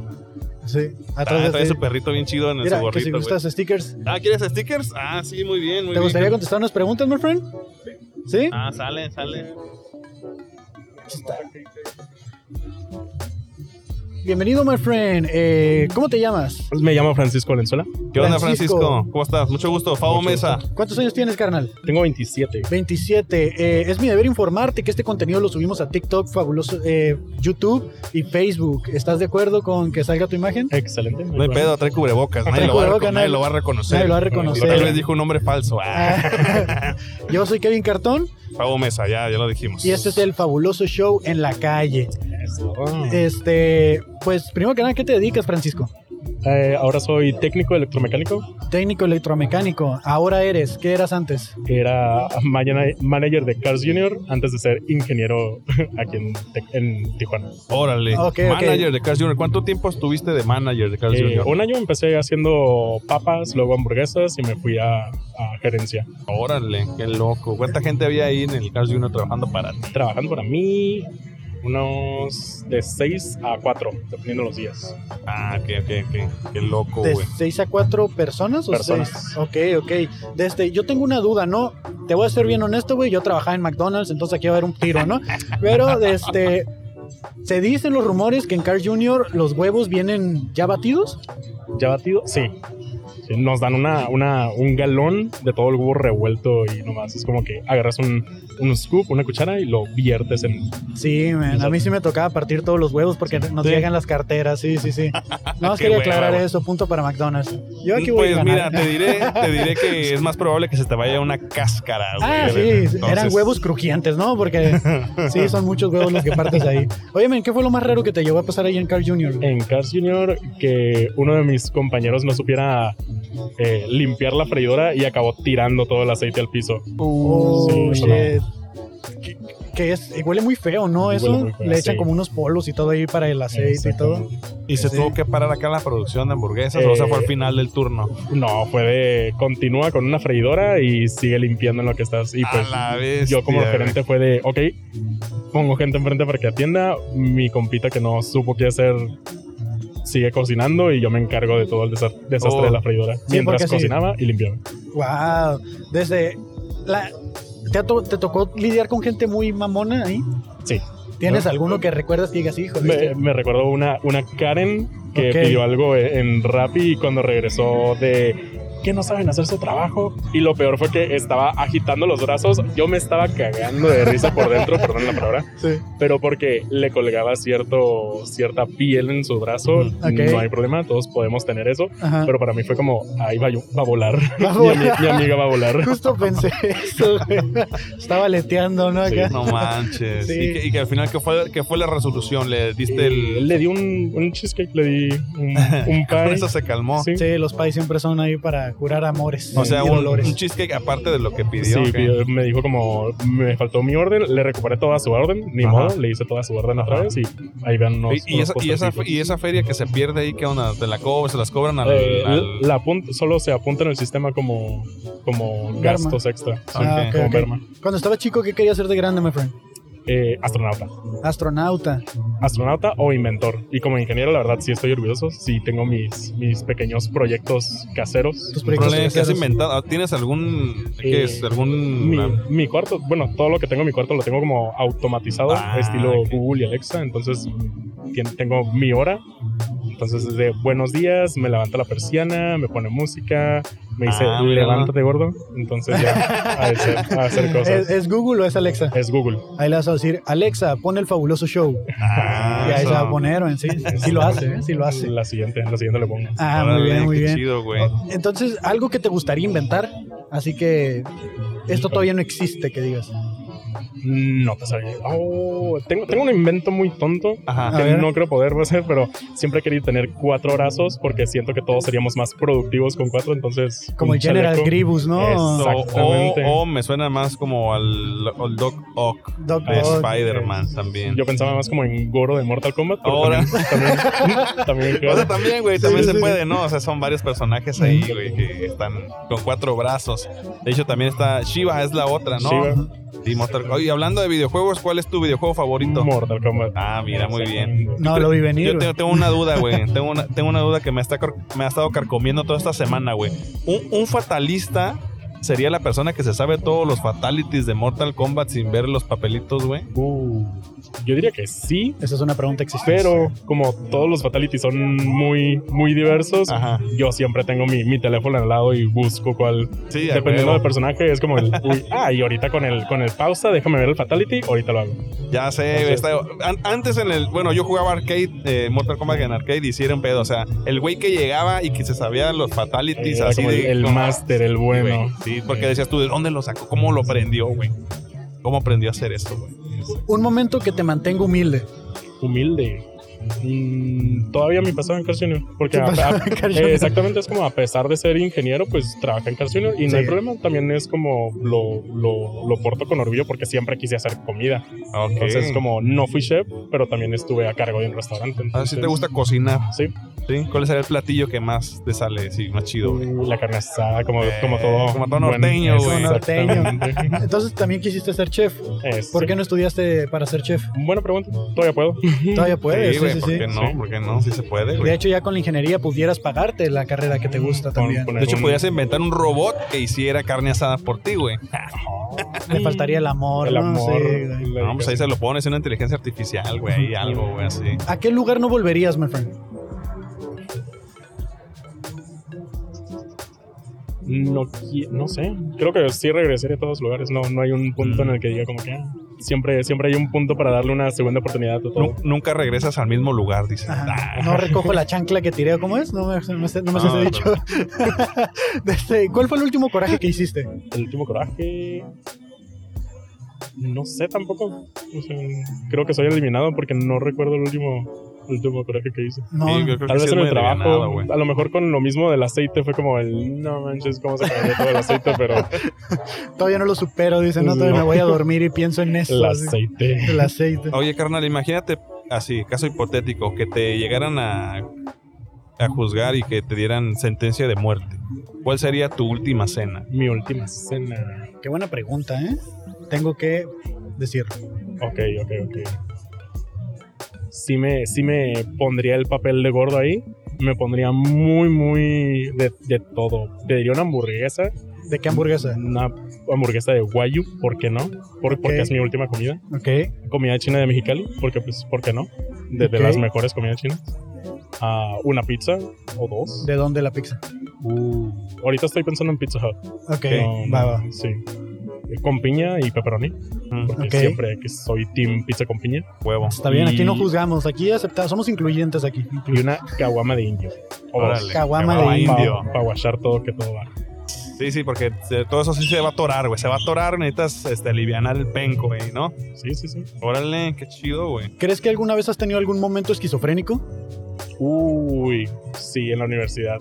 Speaker 1: Sí. Atrás
Speaker 3: Ah,
Speaker 1: de
Speaker 3: trae
Speaker 1: este-
Speaker 3: su perrito bien chido en
Speaker 1: Mira,
Speaker 3: su
Speaker 1: que si
Speaker 3: gorrito, güey.
Speaker 1: gustas stickers.
Speaker 7: Ah, ¿quieres stickers? Ah, sí, muy bien, muy
Speaker 1: ¿Te
Speaker 7: bien.
Speaker 1: gustaría contestar unas preguntas, my friend? ¿Sí?
Speaker 7: Ah, sale, sale.
Speaker 1: Bienvenido, my friend. Eh, ¿Cómo te llamas?
Speaker 5: Me llamo Francisco Valenzuela.
Speaker 3: ¿Qué onda,
Speaker 1: Francisco.
Speaker 3: Francisco? ¿Cómo estás? Mucho gusto. Fabo
Speaker 5: Mucho
Speaker 3: Mesa.
Speaker 1: ¿Cuántos años tienes, carnal?
Speaker 5: Tengo 27.
Speaker 1: 27. Eh, es mi deber informarte que este contenido lo subimos a TikTok, fabuloso, eh, YouTube y Facebook. ¿Estás de acuerdo con que salga tu imagen?
Speaker 5: Excelente. muy
Speaker 3: No hay
Speaker 5: bueno.
Speaker 3: pedo, trae cubrebocas. Nadie,
Speaker 1: Trae
Speaker 3: lo, va a
Speaker 1: cubrebocas,
Speaker 3: recon-
Speaker 1: nadie-
Speaker 3: nadie lo va a reconocer.
Speaker 1: Nadie lo va a reconocer.
Speaker 3: Tal vez dijo un nombre falso. Ah,
Speaker 1: (laughs) Yo soy Kevin Cartón
Speaker 3: Fabo Mesa, ya, ya lo dijimos.
Speaker 1: y este es el fabuloso show en la calle.
Speaker 5: Eso. Ah.
Speaker 1: Este, pues primero que nada, ¿qué te dedicas, Francisco?
Speaker 5: Eh, ahora soy técnico electromecánico.
Speaker 1: Técnico electromecánico. Ahora eres, ¿qué eras antes?
Speaker 5: Era mana- manager de Cars Junior antes de ser ingeniero (laughs) aquí en, Tec- en Tijuana.
Speaker 3: Órale.
Speaker 1: Ok, ok.
Speaker 3: manager de Cars Jr. ¿Cuánto tiempo estuviste de manager de Cars
Speaker 5: Eh,
Speaker 3: Jr.?
Speaker 5: un año empecé haciendo papas, luego hamburguesas y me fui a, a gerencia.
Speaker 3: Órale, qué loco. ¿Cuánta gente había ahí en el Cars Jr. trabajando para ti?
Speaker 5: Trabajando para mí unos de 6 a 4, dependiendo los días.
Speaker 3: Ah, ok, ok, ok. Qué loco,
Speaker 1: ¿De
Speaker 3: güey.
Speaker 1: 6 a 4 personas? o
Speaker 5: Personas.
Speaker 1: seis? Ok, ok. Desde, yo tengo una duda, ¿no? Te voy a ser bien honesto, güey. Yo trabajaba en McDonald's, entonces aquí va a haber un tiro, ¿no? Pero, este. Se dicen los rumores que en Carl Jr. los huevos vienen ya batidos.
Speaker 5: ¿Ya batido? Sí. Sí, Nos dan una, una, un galón de todo el huevo revuelto y nomás es como que agarras un, un scoop, una cuchara y lo viertes en...
Speaker 1: Sí, man, a mí sí me tocaba partir todos los huevos porque nos
Speaker 3: Sí.
Speaker 1: llegan las carteras. Sí, sí,
Speaker 3: (laughs)
Speaker 1: sí. No más
Speaker 3: Qué
Speaker 1: quería
Speaker 3: hueva,
Speaker 1: aclarar
Speaker 3: güey.
Speaker 1: eso. Punto para McDonald's. Yo aquí voy a
Speaker 3: Pues
Speaker 1: ganar.
Speaker 3: mira, te diré, te diré que es más probable que se te vaya una cáscara, güey.
Speaker 1: Ah, sí,
Speaker 3: Entonces-
Speaker 1: eran huevos crujientes, ¿no?
Speaker 3: (laughs)
Speaker 1: Porque sí, son muchos huevos los que partes ahí. Oye, men, ¿qué fue lo más raro que te llevó a pasar ahí en Carl
Speaker 3: Eh,
Speaker 1: Jr.?
Speaker 5: En Cars Junior que uno de mis compañeros no supiera eh, limpiar la freidora y acabó tirando todo el aceite al piso.
Speaker 1: Oh,
Speaker 3: uh,
Speaker 5: sí, eso no.
Speaker 1: shit. Que- Que es, eh, huele muy feo, ¿no?
Speaker 5: Huele
Speaker 1: Eso
Speaker 5: muy feo,
Speaker 1: le echan
Speaker 5: sí.
Speaker 1: como unos polos y todo ahí para el aceite y todo.
Speaker 3: Y se
Speaker 1: Sí.
Speaker 3: tuvo que parar acá la producción de hamburguesas, o sea,
Speaker 5: Eh,
Speaker 3: fue al final del turno.
Speaker 5: No, fue de continúa con una freidora y sigue limpiando en lo que estás. Y pues
Speaker 3: vez.
Speaker 5: yo como
Speaker 1: Este,
Speaker 5: gerente fue de, ok, pongo gente enfrente para que atienda. Mi compita que no supo qué hacer sigue cocinando y yo me encargo de todo el desa- desastre
Speaker 3: Oh.
Speaker 5: de la freidora. mientras
Speaker 1: porque sí.
Speaker 5: cocinaba y limpiaba.
Speaker 1: Wow. Desde la. ¿Te, ha to- te tocó lidiar con gente muy mamona ahí?
Speaker 5: Sí.
Speaker 1: ¿Tienes alguno que recuerdas que digas, este"? hijo?
Speaker 5: Me, me recuerdo una, una Karen que
Speaker 1: Ok.
Speaker 5: pidió algo e- en Rappi y cuando regresó de que no saben hacer su trabajo. Y lo peor fue que estaba agitando los brazos. Yo me estaba cagando de risa por dentro, perdón la palabra,
Speaker 1: Sí.
Speaker 5: pero porque le colgaba cierto, cierta piel en su brazo.
Speaker 1: Ok.
Speaker 5: No hay problema, todos podemos tener eso.
Speaker 1: Ajá.
Speaker 5: Pero para mí fue como, ahí va, yo- va a volar.
Speaker 1: (laughs) Va a
Speaker 5: (laughs) mi, ami-
Speaker 1: volar.
Speaker 5: mi amiga va
Speaker 3: (laughs)
Speaker 5: a volar.
Speaker 1: Justo pensé eso, güey. Estaba leteando, ¿no?
Speaker 5: Sí,
Speaker 1: Acá.
Speaker 3: No manches.
Speaker 1: Sí.
Speaker 3: Y, que, y que al final, ¿qué fue, qué fue la resolución? ¿Le diste Este, el.
Speaker 5: Eh, Le di un, un cheesecake, le di
Speaker 3: (laughs)
Speaker 5: un, un
Speaker 3: Por
Speaker 5: pie.
Speaker 3: eso se calmó.
Speaker 5: Sí.
Speaker 1: Sí, los pais siempre son ahí para curar amores.
Speaker 3: O sea,
Speaker 1: y
Speaker 3: un,
Speaker 1: dolores.
Speaker 3: un cheesecake aparte de lo que pidió.
Speaker 5: Sí,
Speaker 3: ok.
Speaker 5: pidió- me dijo como me faltó mi orden, le recuperé toda su orden, ni
Speaker 3: Ajá.
Speaker 5: modo, le hice toda su orden otra
Speaker 3: Ajá.
Speaker 5: vez y ahí vean unos,
Speaker 3: Y- y,
Speaker 5: unos
Speaker 3: esa, y, esa,
Speaker 5: postrecitos.
Speaker 3: y esa feria que se pierde ahí, ¿qué onda? ¿Te la co- ¿Se las cobran al.?
Speaker 5: Eh,
Speaker 3: al-
Speaker 5: la apun- solo se apunta en el sistema como, como
Speaker 1: Verma.
Speaker 5: gastos extra, sí,
Speaker 1: Ah, ok,
Speaker 5: como
Speaker 1: ok.
Speaker 5: verma.
Speaker 1: Cuando estaba chico, ¿qué quería ser de grande, my friend?
Speaker 5: Eh, astronauta,
Speaker 1: Astronauta.
Speaker 5: astronauta o inventor. Y como ingeniero, la verdad, sí estoy orgulloso, sí tengo mis, mis pequeños proyectos caseros.
Speaker 1: Tus
Speaker 3: Problema,
Speaker 1: proyectos
Speaker 3: ¿qué has
Speaker 1: caseros.
Speaker 3: inventado? ¿Tienes algún. ¿Qué
Speaker 5: Eh,
Speaker 3: es? ¿Algún.?
Speaker 5: Mi, (laughs) mi cuarto, bueno, todo lo que tengo en mi cuarto lo tengo como automatizado,
Speaker 3: Ah,
Speaker 5: estilo
Speaker 3: ok.
Speaker 5: Google y Alexa. Entonces tien- tengo mi hora. Entonces es de buenos días, me levanta la persiana, me pone música, me dice
Speaker 3: Ah, mira.
Speaker 5: levántate gordo. Entonces ya a hacer, a
Speaker 1: (laughs)
Speaker 5: hacer
Speaker 1: ¿Es,
Speaker 5: cosas.
Speaker 1: es Google o es Alexa?
Speaker 5: Es Google.
Speaker 1: Ahí le vas a decir, Alexa, pon el fabuloso show.
Speaker 3: Ah,
Speaker 1: y ahí se va a
Speaker 3: eso.
Speaker 1: poner, ¿o en sí, sí lo hace, ¿eh? sí lo
Speaker 5: (laughs)
Speaker 1: hace.
Speaker 5: La siguiente, la siguiente le pongo.
Speaker 1: Ah,
Speaker 3: Órale,
Speaker 1: muy bien, muy
Speaker 3: qué
Speaker 1: bien. Oh,
Speaker 3: chido, güey.
Speaker 1: Entonces, algo que te gustaría inventar, así que esto todavía no existe, que digas.
Speaker 5: No te sabía. Oh, tengo, tengo un invento muy tonto.
Speaker 3: Ajá.
Speaker 1: A
Speaker 5: que
Speaker 1: ver.
Speaker 5: no creo poder hacer, pero siempre he querido tener cuatro brazos porque siento que todos seríamos más productivos con cuatro, entonces...
Speaker 1: Como
Speaker 5: un
Speaker 1: el General
Speaker 5: chaleco-
Speaker 1: Gribus, ¿no?
Speaker 5: Eso. Exactamente.
Speaker 3: O, o me suena más como al, al Doc Ock
Speaker 1: Doc
Speaker 3: de
Speaker 1: Ock.
Speaker 3: Spider-Man también.
Speaker 5: Yo pensaba más como en Goro de Mortal Kombat. pero
Speaker 3: Ahora.
Speaker 5: También,
Speaker 3: (laughs)
Speaker 5: también, también creo-
Speaker 3: O sea, también, güey, también
Speaker 1: Sí,
Speaker 3: se
Speaker 1: sí,
Speaker 3: puede, ¿no? O sea, son varios personajes ahí, güey, que están con cuatro brazos. De hecho, también está Shiva, es la otra, ¿no?
Speaker 5: Shiva.
Speaker 3: Y Monster- Oye, hablando de videojuegos, ¿cuál es tu videojuego favorito?
Speaker 5: Mortal Kombat.
Speaker 3: Ah, mira, muy bien.
Speaker 5: Exactamente.
Speaker 1: No, lo vi venir.
Speaker 3: Yo
Speaker 1: güey.
Speaker 3: tengo, tengo una duda, güey. Tengo una, tengo una duda que me, está, car- me ha estado carcomiendo toda esta semana, güey. Un, un fatalista sería la persona que se sabe todos los fatalities de Mortal Kombat sin ver los papelitos, güey.
Speaker 5: Uh, yo diría que sí,
Speaker 1: Esa es una pregunta existencial.
Speaker 5: pero como todos los fatalities son muy, muy diversos,
Speaker 3: Ajá.
Speaker 5: yo siempre tengo mi, mi teléfono al lado y busco cuál.
Speaker 3: Sí, a
Speaker 5: Dependiendo
Speaker 3: huevo.
Speaker 5: del personaje, es como el. uy, ah, y ahorita con el, con el pausa, déjame ver el fatality, ahorita lo hago.
Speaker 3: Ya sé, güey, está- an- antes en el. Bueno, yo jugaba arcade, eh, Mortal Kombat en arcade y hicieron pedo. O sea, el güey que llegaba y que se sabía los fatalities
Speaker 5: Era
Speaker 3: así
Speaker 5: como el-
Speaker 3: de.
Speaker 5: el
Speaker 3: como-
Speaker 5: máster, el
Speaker 3: Sí, güey,
Speaker 5: bueno.
Speaker 3: Sí, porque decías tú, ¿de dónde lo sacó? ¿Cómo lo aprendió, güey? ¿Cómo aprendió a hacer esto, güey?
Speaker 1: Un momento que te mantenga humilde.
Speaker 5: humilde. Mm, todavía me pasaba en Cars Junior. Porque
Speaker 1: Te
Speaker 5: a-
Speaker 1: pasaba
Speaker 5: a-
Speaker 1: en Cars
Speaker 5: eh,
Speaker 1: Junior.
Speaker 5: exactamente es como a pesar de ser ingeniero, pues trabaja en Cars Junior y no
Speaker 1: Sí.
Speaker 5: hay problema. También es como lo, lo, lo porto con orgullo porque siempre quise hacer comida.
Speaker 3: Ok.
Speaker 5: Entonces, como no fui chef, pero también estuve a cargo de un
Speaker 3: A
Speaker 5: restaurante.
Speaker 3: ver si Ah, te
Speaker 5: entonces-
Speaker 3: gusta cocinar,
Speaker 5: Sí,
Speaker 3: ¿sí? ¿Cuál sería el platillo que más te sale, sí, más chido, güey?
Speaker 5: la carne asada, como,
Speaker 3: Eh,
Speaker 5: como todo.
Speaker 3: como todo
Speaker 5: buen-
Speaker 3: norteño, güey.
Speaker 5: Exactamente.
Speaker 3: (laughs)
Speaker 1: Entonces también quisiste ser chef.
Speaker 5: Es-
Speaker 1: ¿Por qué no estudiaste para ser chef?
Speaker 5: Buena pregunta. Todavía puedo.
Speaker 1: Todavía puedes.
Speaker 3: sí,
Speaker 1: Sí,
Speaker 3: güey,
Speaker 1: sí,
Speaker 3: ¿por
Speaker 1: sí.
Speaker 3: qué no?
Speaker 5: Sí.
Speaker 3: ¿Por qué no? Sí se puede,
Speaker 1: De
Speaker 3: güey.
Speaker 1: hecho, ya con la ingeniería pudieras pagarte la carrera que te gusta
Speaker 5: Con-
Speaker 1: también.
Speaker 5: con
Speaker 3: De hecho,
Speaker 5: algún-
Speaker 3: podías inventar un robot que hiciera carne asada por ti, güey.
Speaker 1: Le faltaría el amor.
Speaker 5: el
Speaker 1: ¿no?
Speaker 5: amor.
Speaker 1: Sí, güey.
Speaker 5: la
Speaker 3: No, pues ahí se lo pones, una inteligencia artificial, güey, ahí algo, güey, así.
Speaker 1: ¿A qué lugar no volverías, my friend?
Speaker 5: No, qui- no sé, creo que sí regresaría a todos los lugares. No, no hay un punto en el que diga como que ah, siempre, siempre hay un punto para darle una segunda oportunidad a todo.
Speaker 3: Nu- nunca regresas al mismo lugar, "Ah, dice.
Speaker 1: Ajá. No recojo la chancla que tiré, ¿cómo es? No me, no me sé- no me sé
Speaker 3: No,
Speaker 1: ese
Speaker 3: no.
Speaker 1: dicho. (laughs) Desde- ¿Cuál fue el último coraje que hiciste?
Speaker 5: El último coraje. No sé tampoco. O sea, creo que soy eliminado porque no recuerdo el último, el último coraje que hice.
Speaker 1: No,
Speaker 3: Sí, yo creo
Speaker 5: Tal
Speaker 3: que sí
Speaker 5: vez
Speaker 3: es
Speaker 5: en
Speaker 3: muy
Speaker 5: el trabajo,
Speaker 3: alivianado, güey.
Speaker 5: a lo mejor con lo mismo del aceite fue como el no manches, cómo se cambió todo el aceite,
Speaker 3: (laughs)
Speaker 5: pero
Speaker 1: todavía no lo supero, dice, no, todavía
Speaker 5: No.
Speaker 1: me voy a dormir y pienso en eso.
Speaker 5: el
Speaker 1: así,
Speaker 5: aceite.
Speaker 1: el aceite.
Speaker 3: Oye, carnal, imagínate, así, caso hipotético, que te llegaran a, a juzgar y que te dieran sentencia de muerte. ¿Cuál sería tu última cena?
Speaker 5: Mi última cena.
Speaker 1: Qué buena pregunta, ¿eh? Tengo que decirlo.
Speaker 5: Ok, ok, ok. Sí me, sí me pondría el papel de gordo ahí. Me pondría muy, muy de, de todo. Pediría una hamburguesa,
Speaker 1: ¿De qué hamburguesa?
Speaker 5: una hamburguesa de guayu, ¿por qué no? Por-
Speaker 1: Ok.
Speaker 5: Porque es mi última comida.
Speaker 1: Ok.
Speaker 5: Comida china de Mexicali, porque pues, ¿por qué no? De, de
Speaker 1: Ok.
Speaker 5: las mejores comidas chinas. Ah, una pizza o dos.
Speaker 1: ¿De dónde la pizza?
Speaker 5: Uh, Ahorita estoy pensando en Pizza Hut.
Speaker 1: Ok,
Speaker 5: pero,
Speaker 1: va, va. Mm,
Speaker 5: Sí. Con piña y pepperoni. Porque
Speaker 1: ok.
Speaker 5: siempre que soy team pizza con piña.
Speaker 3: Huevo.
Speaker 1: Está bien, aquí no
Speaker 5: Y-
Speaker 1: juzgamos, aquí aceptamos, somos incluyentes aquí.
Speaker 5: y una caguama de indio. O
Speaker 3: Órale.
Speaker 5: dos.
Speaker 1: Caguama
Speaker 3: Caguama
Speaker 1: de
Speaker 3: indio.
Speaker 1: indio.
Speaker 5: Para guachar todo que todo va.
Speaker 3: Sí, sí, porque se- todo eso sí se va a atorar, güey. Se va a atorar, necesitas este, alivianar el penco, güey, ¿no?
Speaker 5: Sí, sí, sí.
Speaker 3: Órale, qué chido, güey.
Speaker 1: ¿Crees que alguna vez has tenido algún momento esquizofrénico?
Speaker 5: Uy, sí, en la universidad.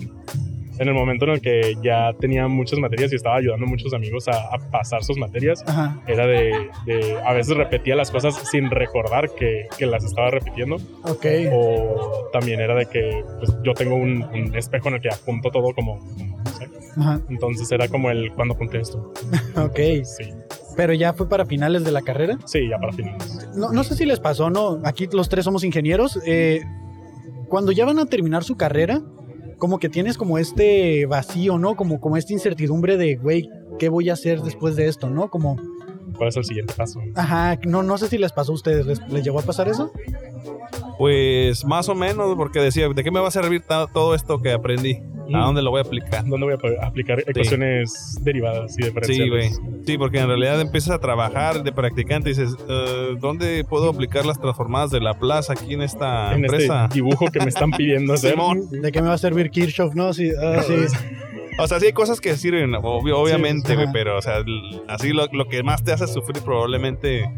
Speaker 5: En el momento en el que ya tenía muchas materias y estaba ayudando a muchos amigos a, a pasar sus materias,
Speaker 1: Ajá.
Speaker 5: era de, de- A veces repetía las cosas sin recordar que, que las estaba repitiendo.
Speaker 1: Ok.
Speaker 5: O también era de que pues, yo tengo un, un espejo en el que apunto todo como. como, no sé.
Speaker 1: Ajá.
Speaker 5: Entonces era como el cuando apunté esto.
Speaker 1: Ok.
Speaker 5: Sí,
Speaker 1: Pero ya fue para finales de la carrera.
Speaker 5: sí, ya para finales.
Speaker 1: No, no sé si les pasó, ¿no? Aquí los tres somos ingenieros. eh, cuando ya van a terminar su carrera, como que tienes como este vacío, ¿no? Como, como esta incertidumbre de, güey, ¿qué voy a hacer después de esto, no? Como,
Speaker 5: ¿Cuál es el siguiente paso?
Speaker 1: ajá, no, no sé si les pasó a ustedes, ¿les, les llegó a pasar eso?
Speaker 3: Pues más o menos, porque decía, ¿de qué me va a servir ta- todo esto que aprendí? ¿A dónde lo voy a aplicar?
Speaker 5: ¿Dónde voy a pa- aplicar ecuaciones derivadas y
Speaker 3: Sí, güey.
Speaker 5: diferenciales?
Speaker 3: Sí, porque en realidad empiezas a trabajar de practicante y dices, "Eh, ¿dónde puedo aplicar las transformadas de la plaza aquí en esta
Speaker 5: En este
Speaker 3: empresa?
Speaker 5: dibujo que me están pidiendo hacer.
Speaker 3: Simón.
Speaker 1: ¿De qué me va a servir Kirchhoff, no? Sí, ah, sí.
Speaker 5: (laughs)
Speaker 3: O sea, sí hay cosas que sirven, obvio- obviamente,
Speaker 1: ajá.
Speaker 3: güey, pero, o sea, l- así lo, lo que más te hace sufrir probablemente...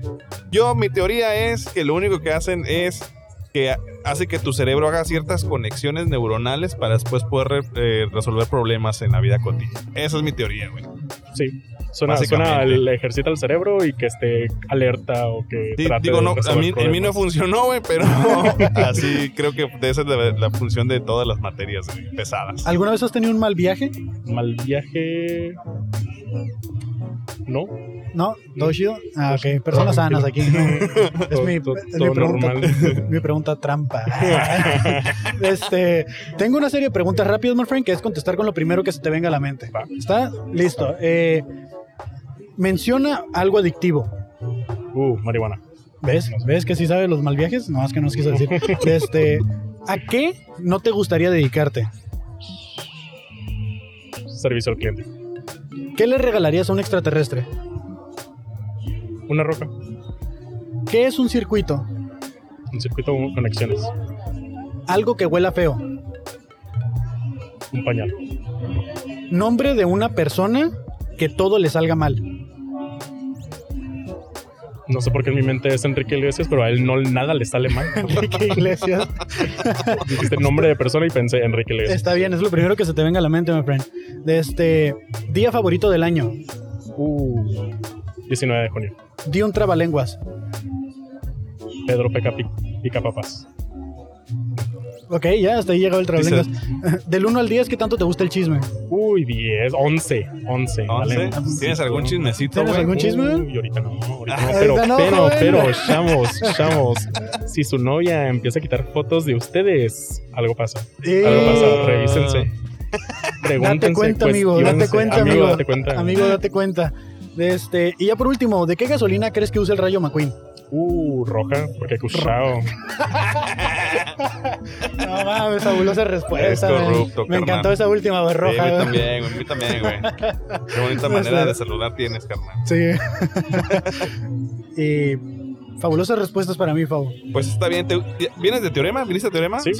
Speaker 3: Yo, mi teoría es que lo único que hacen es que ha- hace que tu cerebro haga ciertas conexiones neuronales para después poder re- eh, resolver problemas en la vida cotidiana. Esa es mi teoría, güey.
Speaker 5: Sí. Suena,
Speaker 3: Básicamente.
Speaker 5: suena el ejercita el cerebro y que esté alerta o que
Speaker 3: Sí,
Speaker 5: trate
Speaker 3: digo,
Speaker 5: de
Speaker 3: no, a
Speaker 5: resolver
Speaker 3: mí, en mí no
Speaker 5: problemas.
Speaker 3: funcionó, güey,
Speaker 5: (laughs)
Speaker 3: pero así creo que esa es la, la función de todas las materias güey, pesadas.
Speaker 1: ¿Alguna vez has tenido un mal viaje?
Speaker 5: Mal viaje. No.
Speaker 1: No, todo chido. Ah, ok, personas sanas aquí.
Speaker 5: (laughs)
Speaker 1: Es mi,
Speaker 5: Todo-
Speaker 1: es
Speaker 5: todo
Speaker 1: mi pregunta,
Speaker 5: normal.
Speaker 1: mi pregunta trampa. (laughs) Este, tengo una serie de preguntas rápidas, my friend, que es contestar con lo primero que se te venga a la mente.
Speaker 5: Va.
Speaker 1: ¿Está? Listo. Eh, menciona algo adictivo.
Speaker 5: Uh, marihuana.
Speaker 1: ¿Ves? ¿Ves que sí sabe los mal viajes? No, es que no nos quiso decir. Este, ¿A qué no te gustaría dedicarte?
Speaker 5: Servicio al cliente.
Speaker 1: ¿Qué le regalarías a un extraterrestre?
Speaker 5: Una roca.
Speaker 1: ¿Qué es un circuito?
Speaker 5: Un circuito, un- conexiones.
Speaker 1: Algo que huela feo.
Speaker 5: Un pañal.
Speaker 1: Nombre de una persona que todo le salga mal. (laughs)
Speaker 5: No sé por qué en mi mente es Enrique Iglesias, pero a él no nada le sale mal. (laughs)
Speaker 1: Enrique Iglesias.
Speaker 5: Dijiste nombre de persona y pensé Enrique Iglesias.
Speaker 1: Está bien, es lo primero que se te venga a la mente, my friend. De este día favorito del año.
Speaker 5: Uh, 19 de junio.
Speaker 1: Di un trabalenguas.
Speaker 5: Pedro Peca Pi- Pica Papás.
Speaker 1: Ok, ya hasta ahí llegó el trabalenguas. (laughs) Del 1 al 10, ¿qué tanto te gusta el chisme?
Speaker 5: Uy, 10, 11, 11.
Speaker 3: Entonces, ¿Tienes algún chismecito,
Speaker 1: ¿Tienes
Speaker 3: güey?
Speaker 1: algún chisme? Ah,
Speaker 5: Uy, ahorita no, ahorita no,
Speaker 1: Ahorita
Speaker 5: pero,
Speaker 1: no,
Speaker 5: pero,
Speaker 1: joven.
Speaker 5: pero, chamos, chamos, si su novia empieza a quitar fotos de ustedes, algo pasa, algo pasa,
Speaker 1: Eh,
Speaker 5: revísense,
Speaker 1: date
Speaker 5: pregúntense,
Speaker 1: cuenta, amigo, date
Speaker 5: cuestiónense.
Speaker 1: cuenta, amigo.
Speaker 5: date cuenta,
Speaker 1: Amigo, date cuenta. De este, y ya por último, ¿de qué gasolina crees que usa el rayo
Speaker 3: (laughs)
Speaker 1: McQueen?
Speaker 5: uh, roja, porque cuchao,
Speaker 1: No mames, fabulosa respuesta.
Speaker 3: Es
Speaker 1: güey.
Speaker 3: corrupto,
Speaker 1: me
Speaker 3: carnal.
Speaker 1: encantó esa última güey,
Speaker 3: Sí, a mí
Speaker 1: roja. güey.
Speaker 3: también, güey. A mí también,
Speaker 1: (laughs)
Speaker 3: güey. Qué bonita
Speaker 1: No
Speaker 3: manera
Speaker 1: sé.
Speaker 3: de saludar tienes, carnal.
Speaker 1: Sí. (laughs) y fabulosas respuestas para mí, Fabo.
Speaker 3: Pues está bien. te- ¿Vienes de Teorema? ¿Viniste de Teorema?
Speaker 5: Sí.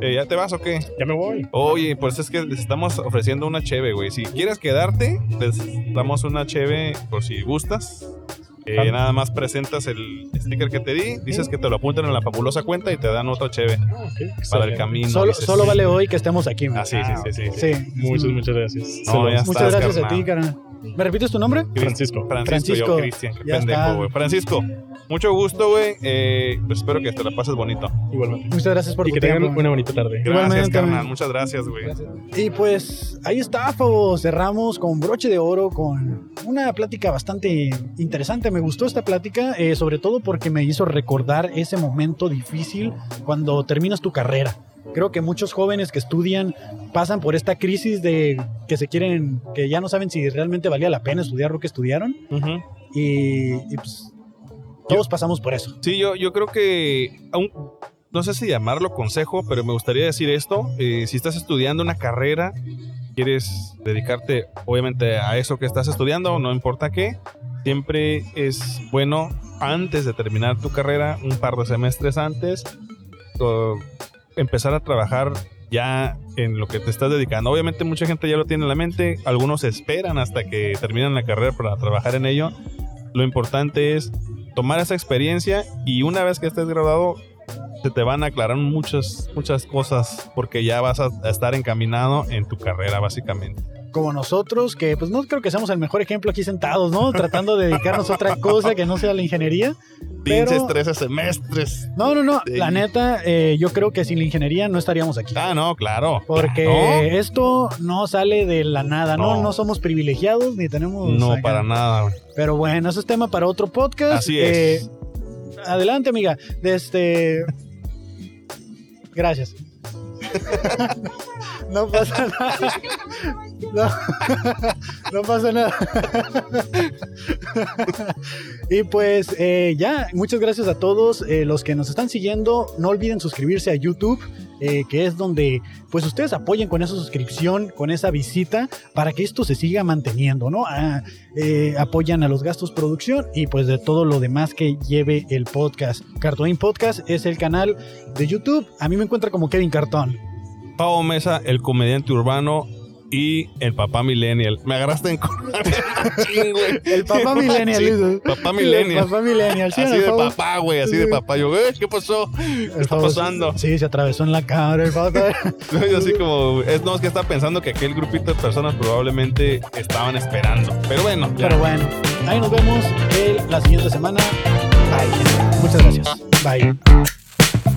Speaker 3: Eh, ¿Ya te vas o qué?
Speaker 5: ya me voy,
Speaker 3: Oye, pues es que les estamos ofreciendo una cheve, güey. Si quieres quedarte, les damos una cheve por si gustas. Eh,
Speaker 5: Ah.
Speaker 3: nada más presentas el sticker que te di, dices que te lo apuntan en la fabulosa cuenta y te dan otra cheve
Speaker 5: Ah, ok,
Speaker 3: para el
Speaker 5: excelente.
Speaker 3: camino.
Speaker 1: Solo,
Speaker 3: dices.
Speaker 1: solo vale hoy que estemos aquí. güey.
Speaker 3: Ah, sí, sí, sí, sí. sí.
Speaker 1: Sí.
Speaker 5: Muchas, muchas
Speaker 3: No,
Speaker 5: gracias. Se los-
Speaker 3: ya
Speaker 1: Muchas
Speaker 3: estás,
Speaker 1: gracias a
Speaker 3: carnal.
Speaker 1: ti, carnal. ¿Me repites tu nombre?
Speaker 3: Francisco,
Speaker 5: Francisco,
Speaker 3: yo,
Speaker 1: Francisco,
Speaker 3: Cristian, qué
Speaker 1: ya está.
Speaker 3: pendejo, güey. Francisco, mucho gusto, güey. Eh, pues espero que te la pases bonito.
Speaker 5: igualmente.
Speaker 1: Muchas gracias por
Speaker 5: Y
Speaker 1: tu
Speaker 5: que tengan
Speaker 1: tiempo.
Speaker 5: una bonita tarde.
Speaker 3: Gracias,
Speaker 1: Igualmente,
Speaker 3: carnal.
Speaker 1: güey.
Speaker 3: Muchas gracias, güey.
Speaker 1: Y pues ahí está, Fabo. Cerramos con broche de oro, con una plática bastante interesante. Me gustó esta plática, eh, sobre todo porque me hizo recordar ese momento difícil cuando terminas tu carrera. Creo que muchos jóvenes que estudian pasan por esta crisis de que se quieren, que ya no saben si realmente valía la pena estudiar lo que estudiaron.
Speaker 3: Ujú.
Speaker 1: Y, y, pues todos pasamos por eso.
Speaker 3: Sí, yo, yo creo que aún no sé si llamarlo consejo, pero me gustaría decir esto. eh, si estás estudiando una carrera, quieres dedicarte obviamente a eso que estás estudiando, no importa qué, siempre es bueno antes de terminar tu carrera, un par de semestres antes, o empezar a trabajar ya en lo que te estás dedicando. Obviamente mucha gente ya lo tiene en la mente, algunos esperan hasta que terminan la carrera para trabajar en ello. Lo importante es tomar esa experiencia y una vez que estés graduado se te van a aclarar muchas muchas cosas porque ya vas a a estar encaminado en tu carrera básicamente.
Speaker 1: como nosotros, que pues no creo que seamos el mejor ejemplo aquí sentados, ¿no? Tratando de dedicarnos a otra cosa que no sea la ingeniería. Pero-
Speaker 3: 15, 13 semestres.
Speaker 1: No, no, no.
Speaker 3: Sí.
Speaker 1: La neta, eh, yo creo que sin la ingeniería no estaríamos aquí.
Speaker 3: Ah, no, claro.
Speaker 1: Porque
Speaker 3: claro.
Speaker 1: esto no sale de la nada, ¿no?
Speaker 3: No.
Speaker 1: No, somos privilegiados ni tenemos.
Speaker 3: no
Speaker 1: acá.
Speaker 3: para nada. güey.
Speaker 1: Pero bueno, eso es tema para otro podcast.
Speaker 3: Así es.
Speaker 1: Eh, adelante, amiga. De este. Gracias. no pasa nada. No, no pasa nada. y pues eh, ya, muchas gracias a todos eh, los que nos están siguiendo. No olviden suscribirse a YouTube. eh, que es donde pues ustedes apoyen con esa suscripción, con esa visita, para que esto se siga manteniendo, ¿no? Ah, eh, apoyan a los gastos producción y pues de todo lo demás que lleve el podcast. Cartoon Podcast es el canal de YouTube. A mí me encuentra como Kevin Cartón.
Speaker 3: Pavo Mesa, el comediante urbano y el papá millennial. Me agarraste en cor- Ching, güey.
Speaker 1: El papá
Speaker 3: (laughs) Sí,
Speaker 1: millennial.
Speaker 3: sí,
Speaker 1: dice.
Speaker 3: Papá
Speaker 1: El
Speaker 3: millennial.
Speaker 1: papá millennial. ¿sí o no,
Speaker 3: Así de
Speaker 1: Fabo?
Speaker 3: papá, güey, así de papá. Yo, "Eh, ¿qué pasó?
Speaker 1: El
Speaker 3: está
Speaker 1: Fabo se-
Speaker 3: pasando?
Speaker 1: Sí, se atravesó en la cara el
Speaker 3: (laughs)
Speaker 1: papá.
Speaker 3: Yo así como, es, no, es que estaba pensando que aquel grupito de personas probablemente estaban esperando. Pero bueno, ya.
Speaker 1: Pero bueno, ahí nos vemos el- la siguiente semana. Bye. Muchas gracias. Bye.